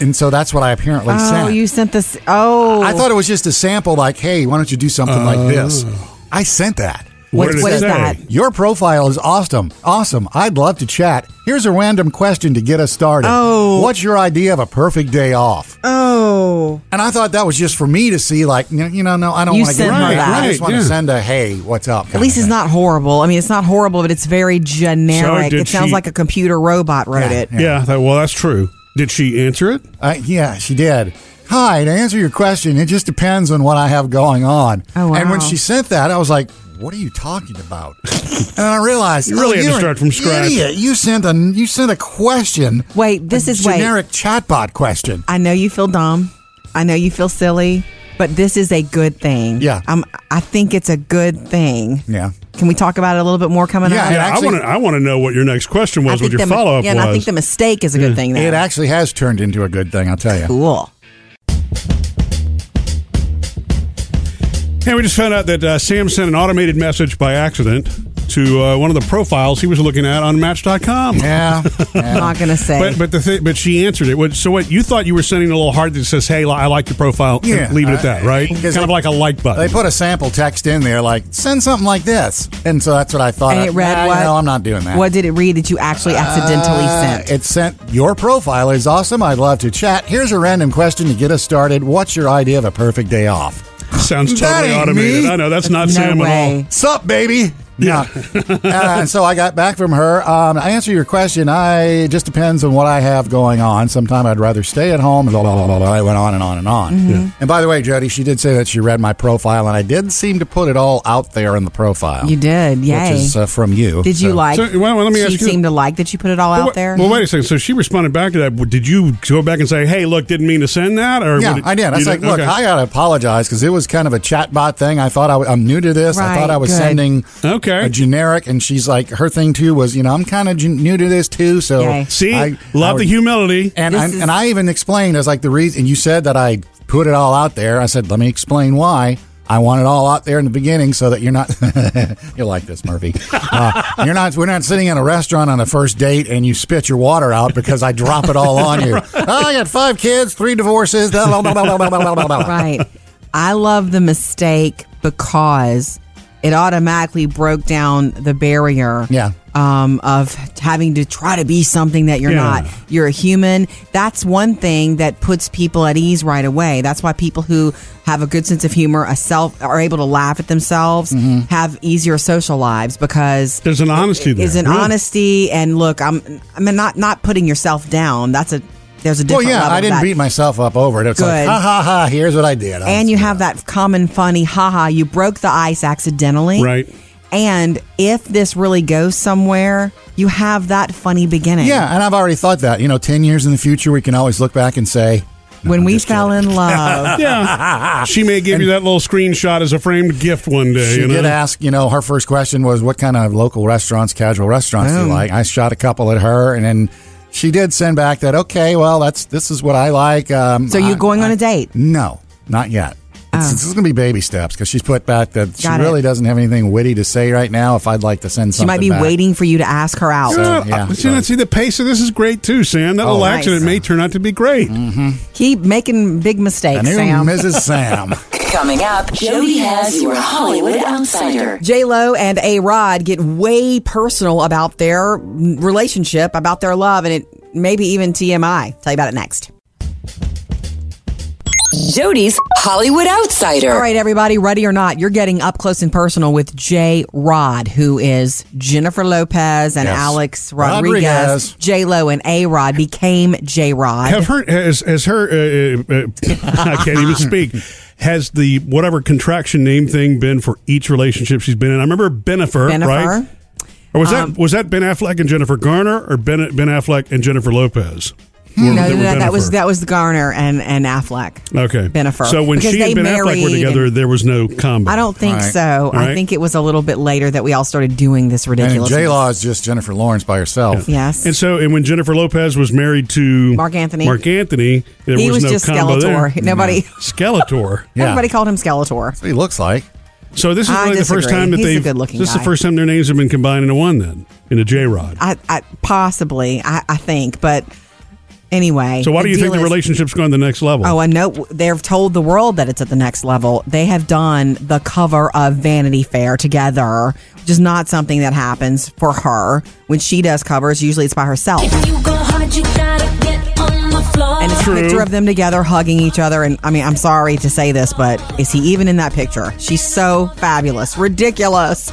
Speaker 3: and so that's what I apparently
Speaker 1: Oh,
Speaker 3: sent.
Speaker 1: you sent this. Oh,
Speaker 3: I thought it was just a sample, like, hey, why don't you do something like this?
Speaker 2: Oh.
Speaker 3: I sent that.
Speaker 1: What-
Speaker 2: Where did
Speaker 1: what
Speaker 2: it
Speaker 1: is
Speaker 2: say?
Speaker 1: that?
Speaker 3: Your profile is awesome. Awesome. I'd love to chat. Here's a random question to get us started.
Speaker 1: Oh.
Speaker 3: What's your idea of a perfect day off?
Speaker 1: Oh,
Speaker 3: And I thought that was just for me to see, like, you know- you know, no, I don't
Speaker 1: You
Speaker 3: want to get
Speaker 1: sent her
Speaker 3: right,
Speaker 1: that.
Speaker 3: I
Speaker 2: Right,
Speaker 3: just want to
Speaker 2: yeah.
Speaker 3: send a, hey, what's up?
Speaker 1: at least it's not horrible. I mean, it's not horrible, but it's very generic.
Speaker 2: did
Speaker 1: it sounds
Speaker 2: she-
Speaker 1: like a computer robot wrote it.
Speaker 2: Yeah. that, well, that's true. Did she answer it?
Speaker 3: Uh, yeah, she did. Hi, to answer your question, it just depends on what I have going on.
Speaker 1: Oh,
Speaker 3: And when
Speaker 1: wow.
Speaker 3: she sent that, I was like, what are you talking about? and I realized
Speaker 2: You really had
Speaker 3: oh,
Speaker 2: to
Speaker 3: you're an
Speaker 2: start from scratch.
Speaker 3: Idiot. You sent a you sent a question.
Speaker 1: Wait, this
Speaker 3: a
Speaker 1: is- wait.
Speaker 3: generic chatbot question.
Speaker 1: I know you feel dumb. I know you feel silly, but this is a good thing.
Speaker 3: Yeah.
Speaker 1: I'm, I think it's a good thing.
Speaker 3: Yeah.
Speaker 1: Can we talk about it a little bit more coming
Speaker 3: Yeah,
Speaker 1: up?
Speaker 3: It
Speaker 2: Yeah,
Speaker 3: actually-
Speaker 2: I want to. I want to know what your next question was. What your
Speaker 1: the mi-
Speaker 2: follow up
Speaker 1: yeah,
Speaker 2: was.
Speaker 1: and I think the mistake is a good thing. Though.
Speaker 3: It actually has turned into a good thing. I'll tell you.
Speaker 1: cool.
Speaker 2: Hey, we just found out that uh, Sam sent an automated message by accident to uh, one of the profiles he was looking at on Match.com.
Speaker 3: Yeah. yeah.
Speaker 1: I'm not gonna say.
Speaker 2: But but the thing, but she answered it. What- So what you thought you were sending a little heart that says, "Hey, li- I like your profile."
Speaker 3: Yeah,
Speaker 2: leave it at
Speaker 3: I-
Speaker 2: that, right? Kind
Speaker 3: because
Speaker 2: of
Speaker 3: they-
Speaker 2: like a like
Speaker 3: They
Speaker 2: button.
Speaker 3: put a sample text in there, like send something like this, and so that's what I thought.
Speaker 1: and
Speaker 2: uh,
Speaker 1: it read
Speaker 3: Nah, you
Speaker 1: what?
Speaker 3: know, I'm not doing that.
Speaker 1: What did it read that you actually accidentally
Speaker 3: Uh,
Speaker 1: sent?
Speaker 3: It sent your profile is awesome. I'd love to chat. Here's a random question to get us started. What's your idea of a perfect day off?
Speaker 2: Sounds
Speaker 3: That
Speaker 2: totally
Speaker 3: ain't
Speaker 2: automated.
Speaker 3: me.
Speaker 2: I know that's not
Speaker 1: no
Speaker 2: Sam at all.
Speaker 1: way.
Speaker 3: Sup, baby? Yeah. Uh, and so I got back from her. Um, I answer your question. I it just depends on what I have going on. Sometime I'd rather stay at home. Blah, blah, blah, blah, blah. I went on and on and on. Mm-hmm. And by the way, Jody, she did say that she read my profile, and I did seem to put it all out there in the profile.
Speaker 1: You did, yay!
Speaker 3: Which is uh, from you.
Speaker 1: did you
Speaker 3: So-
Speaker 1: like?
Speaker 2: So, well, let me
Speaker 1: she
Speaker 2: ask you-
Speaker 1: seemed to like that you put it all
Speaker 2: Well,
Speaker 1: out there.
Speaker 2: Well, wait a second. So she responded back to that. Well, Did you go back and say, "Hey, look, didn't mean to send that"? Or
Speaker 3: Yeah,
Speaker 2: what
Speaker 3: I did. I
Speaker 2: you
Speaker 3: was like, look,
Speaker 2: okay.
Speaker 3: I gotta apologize because it was kind of a chatbot thing. I thought I w- I'm new to this. I
Speaker 1: Right,
Speaker 3: thought I was
Speaker 1: good.
Speaker 3: sending
Speaker 2: Okay.
Speaker 3: a generic, and she's like, her thing too was, you know, I'm kind of gen- new to this too. So
Speaker 1: Yay.
Speaker 2: See,
Speaker 3: I-
Speaker 2: love the
Speaker 3: I would-
Speaker 2: humility.
Speaker 3: And
Speaker 1: This
Speaker 3: I,
Speaker 1: is-
Speaker 3: and I even explained as like the reason you said that I put it all out there. I said, let me explain why. I want it all out there in the beginning so that you're not you're like this Murphy. Uh, you're not we're not sitting in a restaurant on a first date and you spit your water out because I drop it all on you. Oh, I got five kids, three divorces. Blah, blah, blah, blah, blah, blah, blah, blah.
Speaker 1: right. I love the mistake because it automatically broke down the barrier.
Speaker 3: Yeah.
Speaker 1: Um, of having to try to be something that you're
Speaker 2: Yeah.
Speaker 1: not. You're a human. That's one thing that puts people at ease right away. That's why people who have a good sense of humor, a self, are able to laugh at themselves,
Speaker 2: Mm-hmm.
Speaker 1: have easier social lives because
Speaker 2: There's an honesty there.
Speaker 1: is an
Speaker 2: Yeah.
Speaker 1: honesty and look. I'm. I mean, not not putting yourself down. That's a. There's a
Speaker 3: Well,
Speaker 1: different.
Speaker 3: yeah,
Speaker 1: level
Speaker 3: I
Speaker 1: of
Speaker 3: didn't
Speaker 1: that.
Speaker 3: beat myself up over it. It's
Speaker 1: Good.
Speaker 3: like, ha ha ha, here's what I did.
Speaker 1: and you have that common funny haha you broke the ice accidentally
Speaker 2: Right.
Speaker 1: and if this really goes somewhere you have that funny beginning
Speaker 3: Yeah, and I've already thought that. You know, 10 years in the future, we can always look back and say,
Speaker 1: when we fell in love
Speaker 2: yeah, she may give you that little screenshot as a framed gift one day.
Speaker 3: She
Speaker 2: you know?
Speaker 3: did ask, you know, her first question was, what kind of local restaurants, casual restaurants do you like? I shot a couple at her, and then she did send back that okay, well, that's this is what I like. Um,
Speaker 1: So
Speaker 3: I-
Speaker 1: you going on a date?
Speaker 3: No, not yet. It's, This is going to be baby steps because she's put back that she
Speaker 1: Got it.
Speaker 3: really doesn't have anything witty to say right now. If I'd like to send
Speaker 1: She
Speaker 3: something,
Speaker 1: might be
Speaker 3: back.
Speaker 1: waiting for you to ask her out.
Speaker 3: So-
Speaker 2: Yeah,
Speaker 3: yeah, Oh,
Speaker 2: but you know,
Speaker 3: right.
Speaker 2: Uh, see the pace of this is great too, Sam. That little
Speaker 1: nice.
Speaker 2: accident may turn out to be great.
Speaker 1: Keep making big mistakes,
Speaker 3: And who-
Speaker 1: Sam.
Speaker 3: Mrs. Sam.
Speaker 4: Coming up, Jody has your Hollywood Outsider.
Speaker 1: J Lo and A Rod get way personal about their relationship, about their love, and it maybe even TMI. Tell you about it next.
Speaker 4: Jody's Hollywood Outsider.
Speaker 1: All right, everybody, ready or not, you're getting up close and personal with J Rod, who is Jennifer Lopez and
Speaker 3: Yes.
Speaker 1: Alex
Speaker 3: Rodriguez.
Speaker 1: Rodriguez. J Lo and A Rod became J Rod.
Speaker 2: Have her as as her. Uh, uh, uh, I can't even speak. Has the whatever contraction name thing been for each relationship she's been in? I remember Benifer,
Speaker 1: Benifer.
Speaker 2: right? Or was
Speaker 1: Um,
Speaker 2: that was that Ben Affleck and Jennifer Garner, or Ben Ben Affleck and Jennifer Lopez?
Speaker 1: No,
Speaker 2: Were-
Speaker 1: no,
Speaker 2: they were
Speaker 1: no, that was
Speaker 2: Benifer.
Speaker 1: that was Garner and and Affleck.
Speaker 2: okay.
Speaker 1: Benifer.
Speaker 2: So when
Speaker 1: Because
Speaker 2: she and
Speaker 1: they
Speaker 2: Ben Affleck were
Speaker 1: married
Speaker 2: together,
Speaker 1: and-
Speaker 2: there was no combo.
Speaker 1: I don't think
Speaker 3: Right.
Speaker 1: so. I
Speaker 2: Right.
Speaker 1: think it was a little bit later that we all started doing this
Speaker 3: and
Speaker 1: ridiculous.
Speaker 3: J Law is just Jennifer Lawrence by herself.
Speaker 1: Yes.
Speaker 2: And so, and when Jennifer Lopez was married to
Speaker 1: Mark Anthony.
Speaker 2: Mark Anthony, there
Speaker 1: he
Speaker 2: was,
Speaker 1: was,
Speaker 2: no
Speaker 1: just
Speaker 2: combo
Speaker 1: Skeletor.
Speaker 2: there.
Speaker 1: Nobody,
Speaker 2: Skeletor.
Speaker 3: Yeah.
Speaker 1: everybody called him Skeletor.
Speaker 3: He looks like
Speaker 2: So this is
Speaker 1: I
Speaker 2: really the first
Speaker 1: disagree.
Speaker 2: time that
Speaker 1: He's a
Speaker 2: they've.
Speaker 1: good-looking
Speaker 2: this is
Speaker 1: guy.
Speaker 2: the first time their names have been combined into one. Then into J Rod.
Speaker 1: I, I possibly, I, I think, but anyway.
Speaker 2: So why do you think the
Speaker 1: deal is-
Speaker 2: relationship's going to the next level?
Speaker 1: Oh, I know. They've told the world that it's at the next level. They have done the cover of Vanity Fair together, which is not something that happens for her when she does covers. Usually, it's by herself.
Speaker 5: You go hard, you gotta get on the floor.
Speaker 1: And it's a picture of them together hugging each other. And I mean, I'm sorry to say this, but is he even in that picture? She's so fabulous, ridiculous.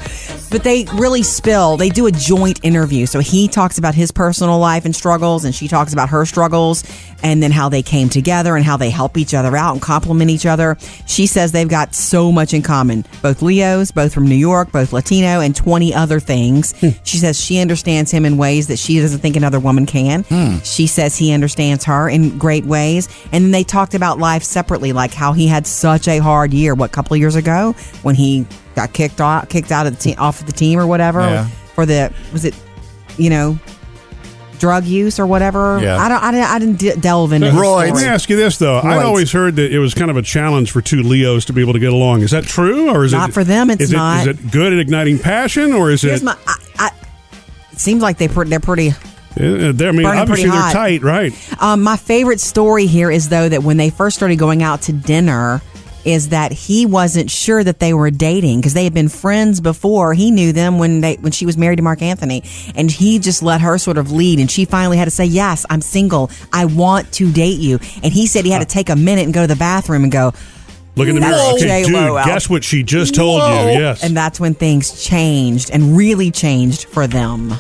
Speaker 1: But they really spill. They do a joint interview. So he talks about his personal life and struggles, and she talks about her struggles, and then how they came together and how they help each other out and compliment each other. She says they've got so much in common both Leos, both from New York, both Latino, and 20 other things.
Speaker 3: Hmm.
Speaker 1: she says she understands him in ways that she doesn't think another woman can.
Speaker 3: Hmm.
Speaker 1: She says he understands her in great ways. And then they talked about life separately, like how he had such a hard year, what, couple of years ago when he got kicked off, kicked out of the team, off of the team or whatever,
Speaker 3: Yeah.
Speaker 1: for the, was it, you know, drug use or whatever.
Speaker 3: Yeah.
Speaker 1: I don't, I didn't, I didn't de- delve into his
Speaker 3: Roids.
Speaker 2: Let me
Speaker 1: story.
Speaker 2: ask you this though. I
Speaker 1: Right.
Speaker 2: always heard that it was kind of a challenge for two Leos to be able to get along. Is that true, or is
Speaker 1: Not
Speaker 2: it
Speaker 1: for them, it's
Speaker 2: is it-
Speaker 1: not.
Speaker 2: is it good at igniting passion, or is
Speaker 1: Here's
Speaker 2: it?
Speaker 1: my. I, I, it seems like they pr- they're pretty.
Speaker 2: uh, they're- I mean,
Speaker 1: burning
Speaker 2: obviously
Speaker 1: pretty
Speaker 2: they're
Speaker 1: hot.
Speaker 2: tight, right?
Speaker 1: Um, my favorite story here is though that when they first started going out to dinner, is that he wasn't sure that they were dating because they had been friends before. He knew them when they when she was married to Mark Anthony, and he just let her sort of lead, and she finally had to say, "Yes, I'm single. I want to date you." And he said he had to take a minute and go to the bathroom and go.
Speaker 2: Look in the mirror.
Speaker 1: That's
Speaker 2: Okay, dude,
Speaker 1: J-Lo out.
Speaker 2: guess what she just told you? Yes.
Speaker 1: And that's when things changed and really changed for them.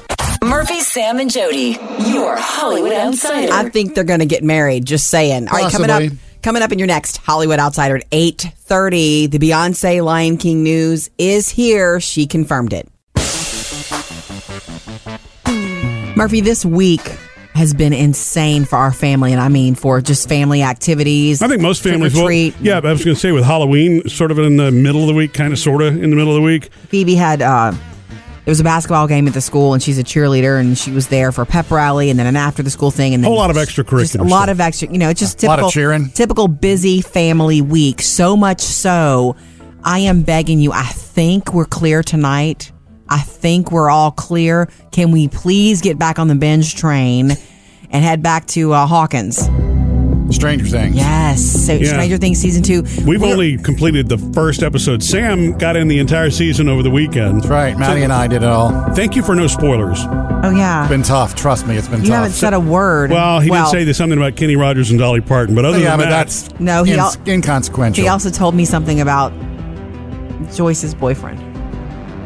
Speaker 4: Murphy, Sam, and Jody, your Hollywood Outsider.
Speaker 1: I think they're going to get married. Just saying. All right, coming up,
Speaker 3: Possibly.
Speaker 1: coming up in your next Hollywood Outsider at eight thirty. The Beyonce Lion King news is here. She confirmed it. Murphy, this week has been insane for our family, and I mean for just family activities.
Speaker 2: I think most families will.
Speaker 1: treat.
Speaker 2: Yeah, but I was going to say with Halloween, sort of in the middle of the week, kind of, sort of in the middle of the week.
Speaker 1: Phoebe had uh it was a basketball game at the school and she's a cheerleader and she was there for a pep rally and then an after the school thing and then
Speaker 2: Whole lot of
Speaker 1: Just a
Speaker 2: extracurricular
Speaker 1: lot
Speaker 2: stuff.
Speaker 1: of extra you know it's just
Speaker 3: A
Speaker 1: typical
Speaker 3: lot of cheering.
Speaker 1: typical busy family week so much so I am begging you I think we're clear tonight I think we're all clear can we please get back on the binge train and head back to uh, Hawkins
Speaker 3: Stranger Things.
Speaker 1: yes so
Speaker 2: Yeah.
Speaker 1: Stranger Things season 2
Speaker 2: We've
Speaker 1: We're-
Speaker 2: only completed the first episode. Sam got in the entire season over the weekend.
Speaker 3: That's right. Maddie and I did it all.
Speaker 2: Thank you for no spoilers.
Speaker 1: oh yeah
Speaker 3: It's been tough. Trust me, it's been
Speaker 1: you
Speaker 3: tough.
Speaker 1: haven't said a word
Speaker 2: Well, he did say there's something about Kenny Rogers and Dolly Parton, but other
Speaker 3: yeah,
Speaker 2: than
Speaker 3: but
Speaker 2: that,
Speaker 3: that's
Speaker 1: No, he
Speaker 3: ins-
Speaker 1: al-
Speaker 3: inconsequential.
Speaker 1: He also told me something about Joyce's boyfriend.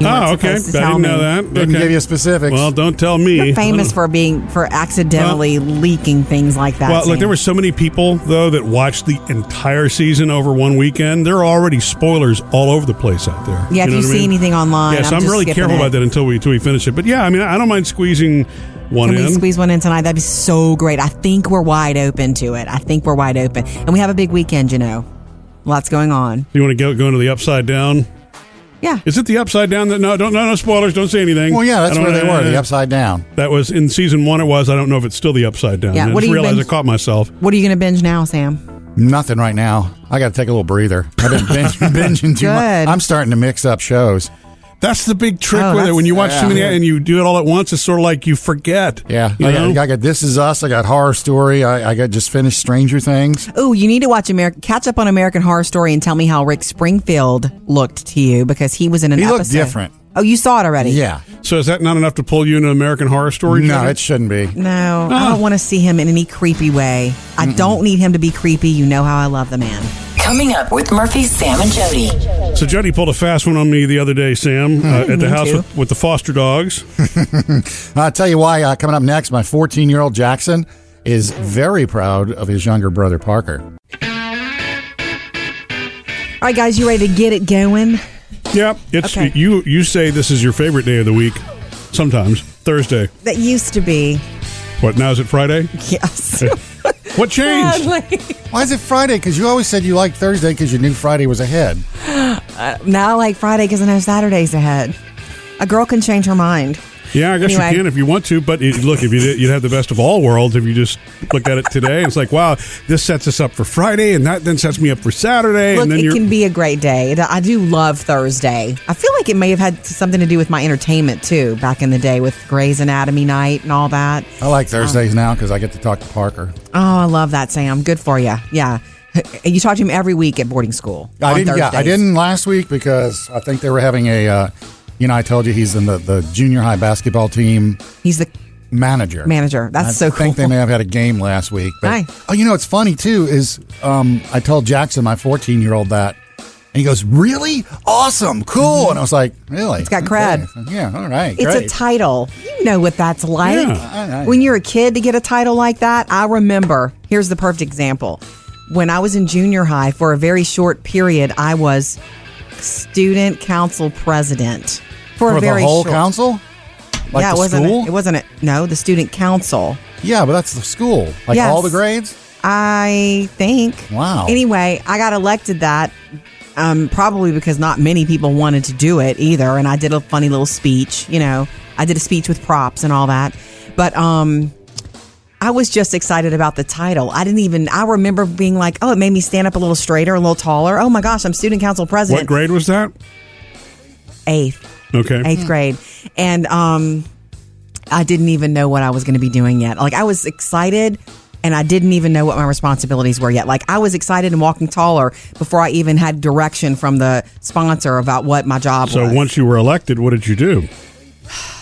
Speaker 1: You weren't
Speaker 2: oh, okay. I
Speaker 1: supposed to tell
Speaker 2: didn't know
Speaker 1: me.
Speaker 2: that.
Speaker 3: didn't
Speaker 2: Okay.
Speaker 3: give you specifics.
Speaker 2: Well, don't tell me.
Speaker 1: You're famous for being for accidentally leaking things like that.
Speaker 2: Well, look, there
Speaker 1: Sam.
Speaker 2: were so many people though that watched the entire season over one weekend. There are already spoilers all over the place out there.
Speaker 1: Yeah, if
Speaker 2: know
Speaker 1: you
Speaker 2: what I
Speaker 1: see anything online,
Speaker 2: yeah.
Speaker 1: I'm
Speaker 2: So I'm,
Speaker 1: just
Speaker 2: really
Speaker 1: skipping
Speaker 2: careful
Speaker 1: it.
Speaker 2: about that until we until we finish it. But yeah, I mean, I don't mind squeezing one
Speaker 1: Can
Speaker 2: in.
Speaker 1: we squeeze one in tonight? That'd be so great. I think we're wide open to it. I think we're wide open, and we have a big weekend. You know, lots going on.
Speaker 2: you want to go go into the upside down?
Speaker 1: Yeah.
Speaker 2: Is it the upside down? That no, don't no no spoilers. Don't say anything.
Speaker 3: Well,
Speaker 2: I
Speaker 3: yeah, that's
Speaker 2: don't-
Speaker 3: where they
Speaker 2: uh,
Speaker 3: were, the upside down.
Speaker 2: That was in season one. It was. I don't know if it's still the upside down.
Speaker 1: Yeah,
Speaker 2: I
Speaker 1: what do
Speaker 2: just
Speaker 1: you
Speaker 2: realized
Speaker 1: think-
Speaker 2: I caught myself.
Speaker 1: What are you going to binge now, Sam?
Speaker 3: Nothing right now. I got to take a little breather. I've been binge- binging too
Speaker 1: Good.
Speaker 3: much. I'm starting to mix up shows.
Speaker 2: That's the big trick
Speaker 1: Oh,
Speaker 2: with it.
Speaker 1: that's-
Speaker 2: When you watch too many
Speaker 3: Yeah.
Speaker 2: and you do it all at once, it's sort of like you forget.
Speaker 3: Yeah,
Speaker 2: Oh, You
Speaker 3: I, got,
Speaker 2: know?
Speaker 3: I got This Is Us. I got Horror Story. I, I got just finished Stranger Things.
Speaker 1: Oh, you need to watch American catch up on American Horror Story and tell me how Rick Springfield looked to you because he was in an
Speaker 3: He looked
Speaker 1: episode.
Speaker 3: different.
Speaker 1: Oh, you saw it already?
Speaker 3: Yeah,
Speaker 2: so is that not enough to pull you into American Horror Story?
Speaker 3: no,
Speaker 2: Jimmy?
Speaker 3: it shouldn't be.
Speaker 1: No, I
Speaker 3: Ah.
Speaker 1: don't want to see him in any creepy way. I don't need him to be creepy. You know how I love the man.
Speaker 4: Coming up with Murphy, Sam, and Jody.
Speaker 2: So Jody pulled a fast one on me the other day, Sam, uh, at the house
Speaker 1: too.
Speaker 2: with, with the foster dogs.
Speaker 3: I'll tell you why. Uh, coming up next, my 14 year old Jackson is very proud of his younger brother Parker.
Speaker 1: All right, guys, you ready to get it going?
Speaker 2: yep, it's
Speaker 1: Okay.
Speaker 2: you. You say this is your favorite day of the week. Sometimes Thursday.
Speaker 1: That used to be
Speaker 2: What now? Is it Friday?
Speaker 1: yes.
Speaker 2: What changed?
Speaker 1: Sadly.
Speaker 3: Why is it Friday? Because you always said you liked Thursday because you knew Friday was ahead.
Speaker 1: now I like Friday because I know Saturday's ahead. A girl can change her mind.
Speaker 2: Yeah, I guess
Speaker 1: Anyway.
Speaker 2: you can if you want to, but it, look, if you did, you'd have the best of all worlds if you just looked at it today. and It's like, wow, this sets us up for Friday, and that then sets me up for Saturday,
Speaker 1: Look,
Speaker 2: and then
Speaker 1: it
Speaker 2: you're
Speaker 1: can be a great day. It- I do love Thursday. I feel like it may have had something to do with my entertainment too, back in the day with Grey's Anatomy night and all that.
Speaker 3: I like Thursdays now because I get to talk to Parker.
Speaker 1: Oh, I love that, Sam. Good for you. Yeah. You talk to him every week at boarding school.
Speaker 3: I
Speaker 1: on
Speaker 3: didn't. Yeah, I
Speaker 1: Thursdays.
Speaker 3: didn't last week because I think they were having a. Uh, you know, I told you he's in the, the junior high basketball team
Speaker 1: He's the
Speaker 3: manager.
Speaker 1: manager. That's
Speaker 3: I
Speaker 1: so cool.
Speaker 3: think they may have had a game last week. But,
Speaker 1: Hi.
Speaker 3: Oh, you know, it's funny too. Is um, I told Jackson, my 14 year old, that, and he goes, "Really? Awesome, cool." And I was like, "Really? It's
Speaker 1: got cred.
Speaker 3: Yeah. All right.
Speaker 1: It's
Speaker 3: great.
Speaker 1: a title. You know what that's like.
Speaker 2: Yeah.
Speaker 3: I- I-
Speaker 1: When you're a kid to get a title like that, I remember. Here's the perfect example. When I was in junior high for a very short period, I was student council president for,
Speaker 3: for
Speaker 1: a very
Speaker 3: the whole
Speaker 1: short.
Speaker 3: council. Like
Speaker 1: yeah,
Speaker 3: the
Speaker 1: it wasn't.
Speaker 3: school.
Speaker 1: It wasn't. A, no, the student council.
Speaker 3: yeah, but that's the school. Like
Speaker 1: Yes.
Speaker 3: all the grades.
Speaker 1: I think.
Speaker 3: Wow.
Speaker 1: Anyway, I got elected that um, probably because not many people wanted to do it either, and I did a funny little speech. You know, I did a speech with props and all that, but um. I was just excited about the title. I didn't even. I remember being like, "Oh, it made me stand up a little straighter, a little taller." Oh my gosh, I'm student council
Speaker 2: what
Speaker 1: president,
Speaker 2: grade was that?
Speaker 1: eighth.
Speaker 2: Okay,
Speaker 1: eighth grade, and um, I didn't even know what I was going to be doing yet. Like I was excited, and I didn't even know what my responsibilities were yet. Like I was excited and walking taller before I even had direction from the sponsor about what my job
Speaker 2: so
Speaker 1: was.
Speaker 2: once you were elected, what did you do?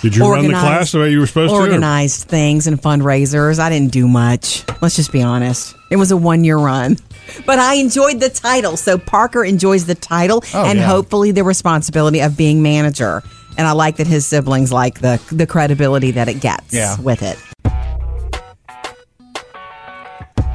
Speaker 2: Did you run the class the way you were supposed to?
Speaker 1: organized things and fundraisers. I didn't do much. Let's just be honest. It was a one year run. But I enjoyed the title. So Parker enjoys the title
Speaker 3: Oh,
Speaker 1: and
Speaker 3: yeah.
Speaker 1: hopefully the responsibility of being manager. And I like that his siblings like the the credibility that it gets
Speaker 3: Yeah.
Speaker 1: with it.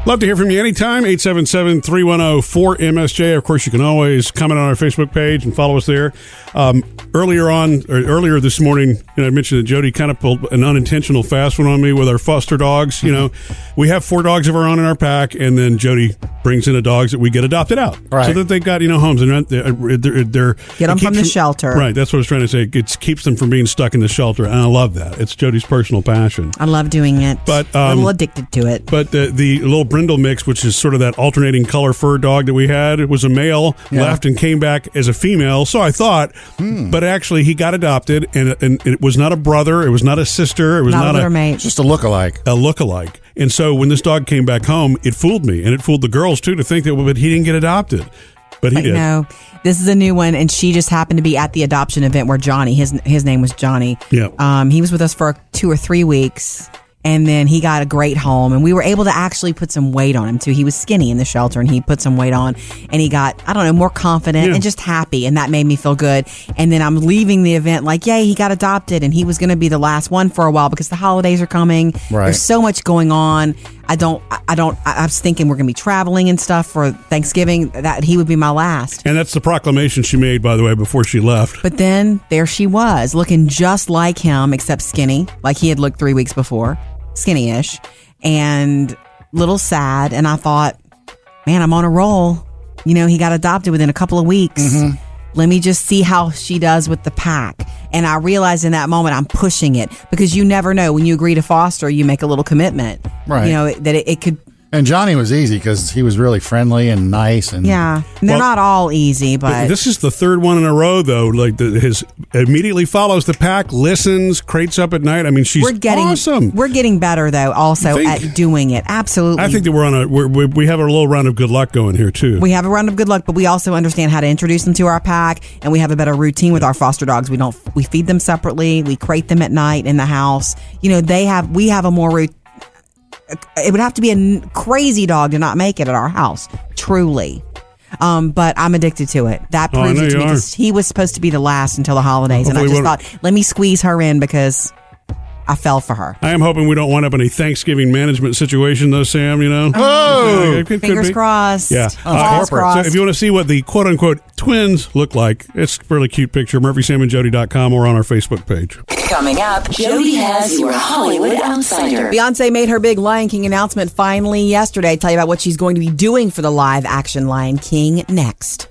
Speaker 2: Love to hear from you anytime. oh, 877-310-4MSJ. Of course, you can always comment on our Facebook page and follow us there. Um, earlier on, or earlier this morning, you know, I mentioned that Jody kind of pulled an unintentional fast one on me with our foster dogs. You know,
Speaker 1: Mm-hmm.
Speaker 2: we have four dogs of our own in our pack, and then Jody brings in the dogs that we get adopted out,
Speaker 3: Right.
Speaker 2: so that they got you know homes and rent. They're, they're, they're
Speaker 1: Get 'em
Speaker 2: it
Speaker 1: from
Speaker 2: keeps
Speaker 1: the shelter.
Speaker 2: Right. That's what I was trying to say. It keeps them from being stuck in the shelter, and I love that. It's Jody's personal passion.
Speaker 1: I love doing it.
Speaker 2: But,
Speaker 1: a
Speaker 2: um,
Speaker 1: little addicted to it.
Speaker 2: But the the little brindle mix, which is sort of that alternating color fur dog that we had, it was a male, left and came back as a female. So I thought,
Speaker 1: Hmm.
Speaker 2: but actually he got adopted, and, and it was not a brother, it was not a sister, it was
Speaker 1: Not,
Speaker 2: not,
Speaker 1: a litter
Speaker 2: a,
Speaker 1: mate.
Speaker 3: Just a look-alike.
Speaker 2: a lookalike. And so when this dog came back home, it fooled me, and it fooled the girls too to think that well, but he didn't get adopted, but he
Speaker 1: But
Speaker 2: did.
Speaker 1: no, this is a new one, and she just happened to be at the adoption event where Johnny his his name was Johnny.
Speaker 2: Yeah.
Speaker 1: um, he was with us for two or three weeks, and then he got a great home, and we were able to actually put some weight on him too. He was skinny in the shelter, and he put some weight on, and he got I don't know more confident
Speaker 2: Yeah.
Speaker 1: and just happy, and that made me feel good. And then I'm leaving the event like, yay, he got adopted, and he was going to be the last one for a while because the holidays are coming.
Speaker 3: Right.
Speaker 1: There's so much going on. I don't, I I don't, I I was thinking we're going to be traveling and stuff for Thanksgiving, that he would be my last.
Speaker 2: And that's the proclamation she made, by the way, before she left.
Speaker 1: But then there she was, looking just like him, except skinny, like he had looked three weeks before, skinny ish, and little sad.
Speaker 2: Mm-hmm.
Speaker 1: And I thought, man, I'm on a roll. You know, he got adopted within a couple of weeks. Let me just see how she does with the pack. And I realized in that moment I'm pushing it because you never know when you agree to foster, you make a little commitment.
Speaker 3: Right.
Speaker 1: You know, it- that it, it could,
Speaker 3: And Johnny was easy because he was really friendly and nice. And
Speaker 1: yeah. And they're
Speaker 2: Well,
Speaker 1: not all easy, but
Speaker 2: This is the third one in a row, though. Like the, his immediately follows the pack, listens, crates up at night. I mean, she's
Speaker 1: we're getting
Speaker 2: awesome.
Speaker 1: we're getting better though also
Speaker 2: Think-
Speaker 1: at doing it. Absolutely.
Speaker 2: I think that we're on a we're, we we have a little round of good luck going here too.
Speaker 1: we have a round of good luck, but we also understand how to introduce them to our pack, and we have a better routine with our foster dogs. We don't we feed them separately, we crate them at night in the house. You know, they have we have a more root. It would have to be a n- crazy dog to not make it at our house, truly. Um, but I'm addicted to it. That
Speaker 2: Oh, I
Speaker 1: proves
Speaker 2: know
Speaker 1: it to
Speaker 2: you
Speaker 1: me.
Speaker 2: are.
Speaker 1: 'cause He was supposed to be the last until the holidays, and I just
Speaker 2: Hopefully we won't-
Speaker 1: thought, let me squeeze her in because I fell for her.
Speaker 2: I am hoping we don't wind up in a Thanksgiving management situation, though, Sam. You know,
Speaker 3: Oh!
Speaker 2: It could- could
Speaker 1: Fingers
Speaker 2: be.
Speaker 1: crossed.
Speaker 2: Yeah, Uh,
Speaker 1: Fingers
Speaker 3: corporate.
Speaker 1: crossed.
Speaker 2: So if you want to see what the quote unquote twins look like, it's a really cute picture. MurphySamandJody.com or on our Facebook page.
Speaker 4: Coming up, Jody has your Hollywood Outsider.
Speaker 1: Beyonce made her big Lion King announcement finally yesterday. Tell you about what she's going to be doing for the live action Lion King next.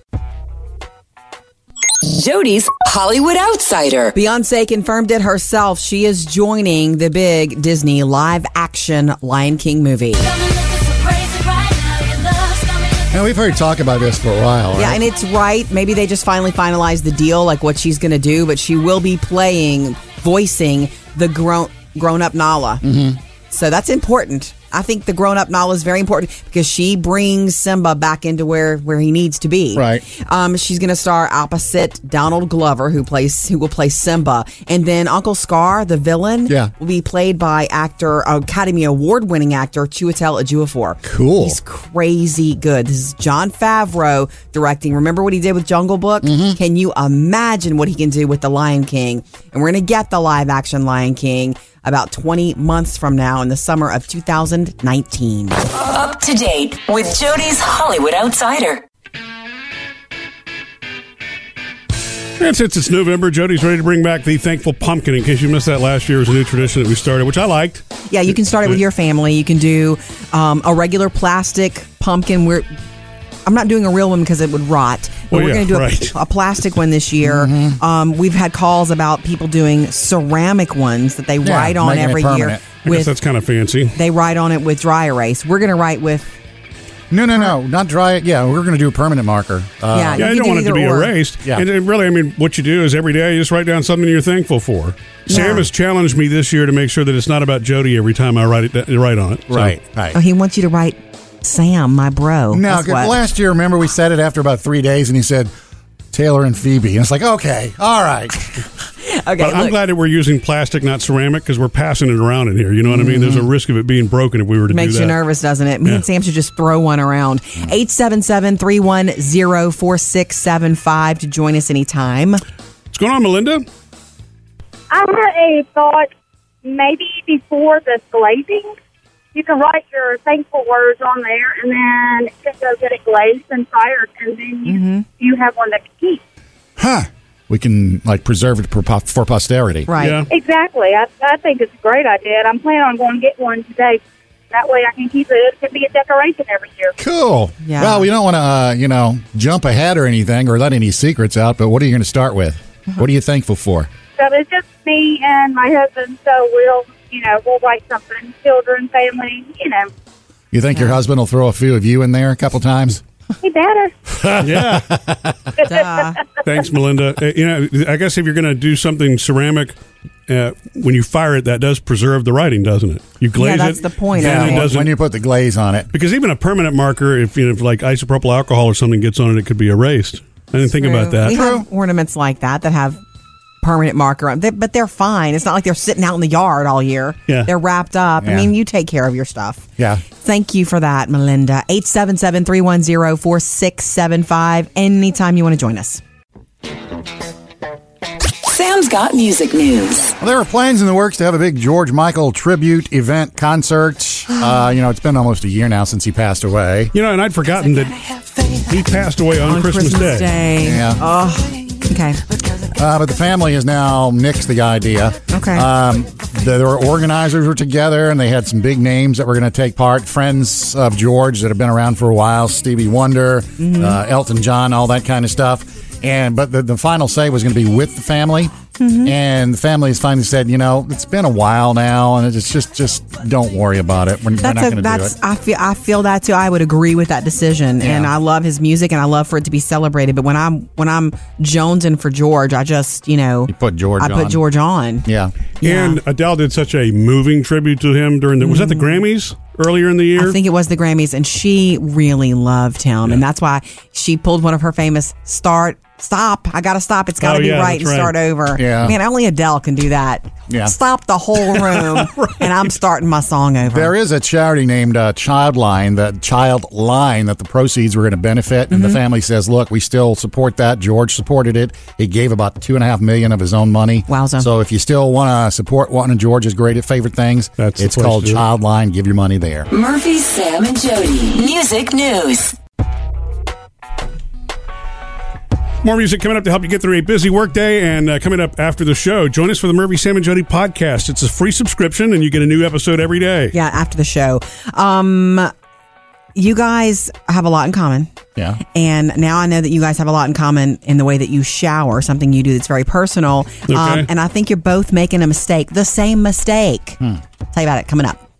Speaker 4: Jody's Hollywood Outsider.
Speaker 1: Beyonce confirmed it herself. She is joining the big Disney live action Lion King movie.
Speaker 3: Now, we've heard talk about this for a while.
Speaker 1: Yeah,
Speaker 3: right?
Speaker 1: and it's right. Maybe they just finally finalized the deal, like what she's going to do, but she will be playing, voicing the grown grown up Nala. Mm-hmm. So that's important. I think the grown up Nala is very important because she brings Simba back into where where he needs to be.
Speaker 3: Right.
Speaker 1: Um, she's going to star opposite Donald Glover, who plays who will play Simba, and then Uncle Scar, the villain,
Speaker 3: Yeah.
Speaker 1: will be played by actor uh, Academy Award winning actor Chiwetel Ejiofor.
Speaker 3: Cool.
Speaker 1: He's crazy good. This is John Favreau directing. Remember what he did with Jungle Book?
Speaker 3: Mm-hmm.
Speaker 1: Can you imagine what he can do with The Lion King? And we're going to get the live action Lion King about 20 months from now in the summer of 2019.
Speaker 4: Up to date with Jody's Hollywood Outsider.
Speaker 2: And since it's November, Jody's ready to bring back the Thankful Pumpkin. In case you missed that last year, it was a new tradition that we started, which I liked.
Speaker 1: Yeah, you can start it with your family. You can do um, a regular plastic pumpkin. We're I'm not doing a real one because it would rot. But
Speaker 2: Well,
Speaker 1: we're
Speaker 2: yeah,
Speaker 1: going to do a-
Speaker 2: right. Mm-hmm.
Speaker 1: a, plastic one this year. Um, we've had calls about people doing ceramic ones that they
Speaker 3: Yeah,
Speaker 1: write on
Speaker 3: making it
Speaker 1: every year
Speaker 3: permanent.
Speaker 2: I guess
Speaker 1: with
Speaker 2: that's kind of fancy.
Speaker 1: they write on it with dry erase. We're going to write with
Speaker 3: no, no, no. Not dry. Yeah, we're going to do a permanent marker. Uh,
Speaker 1: yeah.
Speaker 2: Yeah, I
Speaker 1: you
Speaker 2: don't
Speaker 1: can
Speaker 2: want
Speaker 1: do
Speaker 2: it to be
Speaker 1: either or.
Speaker 2: erased.
Speaker 3: Yeah.
Speaker 2: And it really, I mean, what you do is every day you just write down something you're thankful for. Sam has challenged me this year to make sure that it's not about Jody every time I write it write on it. So-
Speaker 3: Right, right.
Speaker 1: Oh, he wants you to write Sam, my bro.
Speaker 3: Now,
Speaker 1: That's what.
Speaker 3: last year, remember we said it after about three days, and he said Taylor and Phoebe, and it's like, okay, all right,
Speaker 1: okay,
Speaker 2: But I'm
Speaker 1: look.
Speaker 2: glad that we're using plastic, not ceramic, because we're passing it around in here. You know what I mean? There's a risk of it being broken if we were to
Speaker 1: Mm-hmm. Makes
Speaker 2: do
Speaker 1: you
Speaker 2: that. Mm.
Speaker 1: nervous, doesn't it? Me and Sam should just throw one around. 877 310 4675 to join us anytime.
Speaker 2: What's going on, Melinda?
Speaker 7: I had a thought maybe before the glazing, you can write your thankful words on there and then just go get it glazed and fired, and then you,
Speaker 1: Mm-hmm.
Speaker 7: you have one that can keep.
Speaker 3: huh? We can like preserve it for, po- for posterity.
Speaker 1: Right.
Speaker 2: Yeah.
Speaker 7: Exactly. I, I think it's a great idea, and I'm planning on going to get one today. That way I can keep it. It could be a decoration every year.
Speaker 3: Cool.
Speaker 1: Yeah.
Speaker 3: Well, we don't want to, uh, you know, jump ahead or anything or let any secrets out. But what are you going to start with?
Speaker 1: Uh-huh.
Speaker 3: What are you thankful for?
Speaker 7: So it's just me and my husband, so we'll, you know, we'll write something. Children, family, you know.
Speaker 3: You think your husband will throw a few of you in there a couple times?
Speaker 7: He better.
Speaker 2: Yeah.
Speaker 1: Duh.
Speaker 2: Thanks, Melinda. Uh, you know, I guess if you're going to do something ceramic, uh, when you fire it, that does preserve the writing, doesn't it? You glaze
Speaker 1: that's
Speaker 2: it,
Speaker 1: the point,
Speaker 2: then
Speaker 1: I
Speaker 2: it
Speaker 1: think.
Speaker 2: doesn't.
Speaker 3: When you put the glaze on it.
Speaker 2: because even a permanent marker, if you know, if like isopropyl alcohol or something gets on it, it could be erased. I didn't think about that.
Speaker 1: We have ornaments like that that have permanent marker on they, but they're fine. It's not like they're sitting out in the yard all year.
Speaker 2: Yeah.
Speaker 1: They're wrapped up. I
Speaker 3: Yeah.
Speaker 1: mean, you take care of your stuff.
Speaker 3: Yeah.
Speaker 1: Thank you for that, Melinda. 877 310 4675. Anytime you want to join us.
Speaker 4: Sam's got music news.
Speaker 3: Well, there are plans in the works to have a big George Michael tribute event concert. Uh, you know, it's been almost a year now since he passed away.
Speaker 2: You know, and I'd forgotten that he passed away on, Christmas, Day.
Speaker 3: Yeah.
Speaker 1: Okay.
Speaker 3: Uh, but the family has now nixed the idea.
Speaker 1: Okay.
Speaker 3: Um, the, their organizers were together, and they had some big names that were going to take part. Friends
Speaker 1: Mm-hmm.
Speaker 3: of George that have been around for a while, Stevie Wonder, uh, Elton John, all that kind of stuff. And but the, the final say was going to be with the family,
Speaker 1: Mm-hmm.
Speaker 3: and the family has finally said, you know, it's been a while now, and it's just just don't worry about it. We're, we're not
Speaker 1: That's
Speaker 3: going
Speaker 1: a
Speaker 3: to do
Speaker 1: that's
Speaker 3: it.
Speaker 1: I feel I feel that too. I would agree with that decision, and I love his music, and I love for it to be celebrated. But when I'm when I'm jonesing for George, I just you know
Speaker 3: You put George
Speaker 1: I
Speaker 3: on.
Speaker 1: put George on.
Speaker 3: Yeah,
Speaker 2: And Adele did such a moving tribute to him during the was that the Grammys earlier in the year?
Speaker 1: I think it was the Grammys, and she really loved him, and that's why she pulled one of her famous "Start, Stop, I Gotta Stop, It's Gotta
Speaker 2: Oh,
Speaker 1: Be
Speaker 2: yeah,
Speaker 1: Right, and
Speaker 2: that's
Speaker 1: Start
Speaker 2: right.
Speaker 1: Over."
Speaker 3: Yeah.
Speaker 1: man, only Adele can do that.
Speaker 3: Yeah.
Speaker 1: stop the whole room, and I'm starting my song over.
Speaker 3: there is a charity named uh, Childline, the Child Line, that the proceeds were going to benefit, and the family says, look, we still support that. George supported it. He gave about two and a half million of his own money.
Speaker 1: Wowza.
Speaker 3: So if you still want to support one of George's greatest favorite things,
Speaker 2: That's the
Speaker 3: it's
Speaker 2: place
Speaker 3: called
Speaker 2: to do it.
Speaker 3: Childline. Give your money there.
Speaker 4: Murphy, Sam, and Jody. Music news.
Speaker 2: More music coming up to help you get through a busy workday and uh, coming up after the show. Join us for the Murphy, Sam, and Jody podcast. It's a free subscription and you get a new episode every day.
Speaker 1: yeah, after the show, um, you guys have a lot in common.
Speaker 3: Yeah.
Speaker 1: And now I know that you guys have a lot in common in the way that you shower, something you do that's very personal. Um,
Speaker 2: Okay.
Speaker 3: Hmm.
Speaker 1: and I think you're both making a mistake, the same mistake. Tell you about it coming up.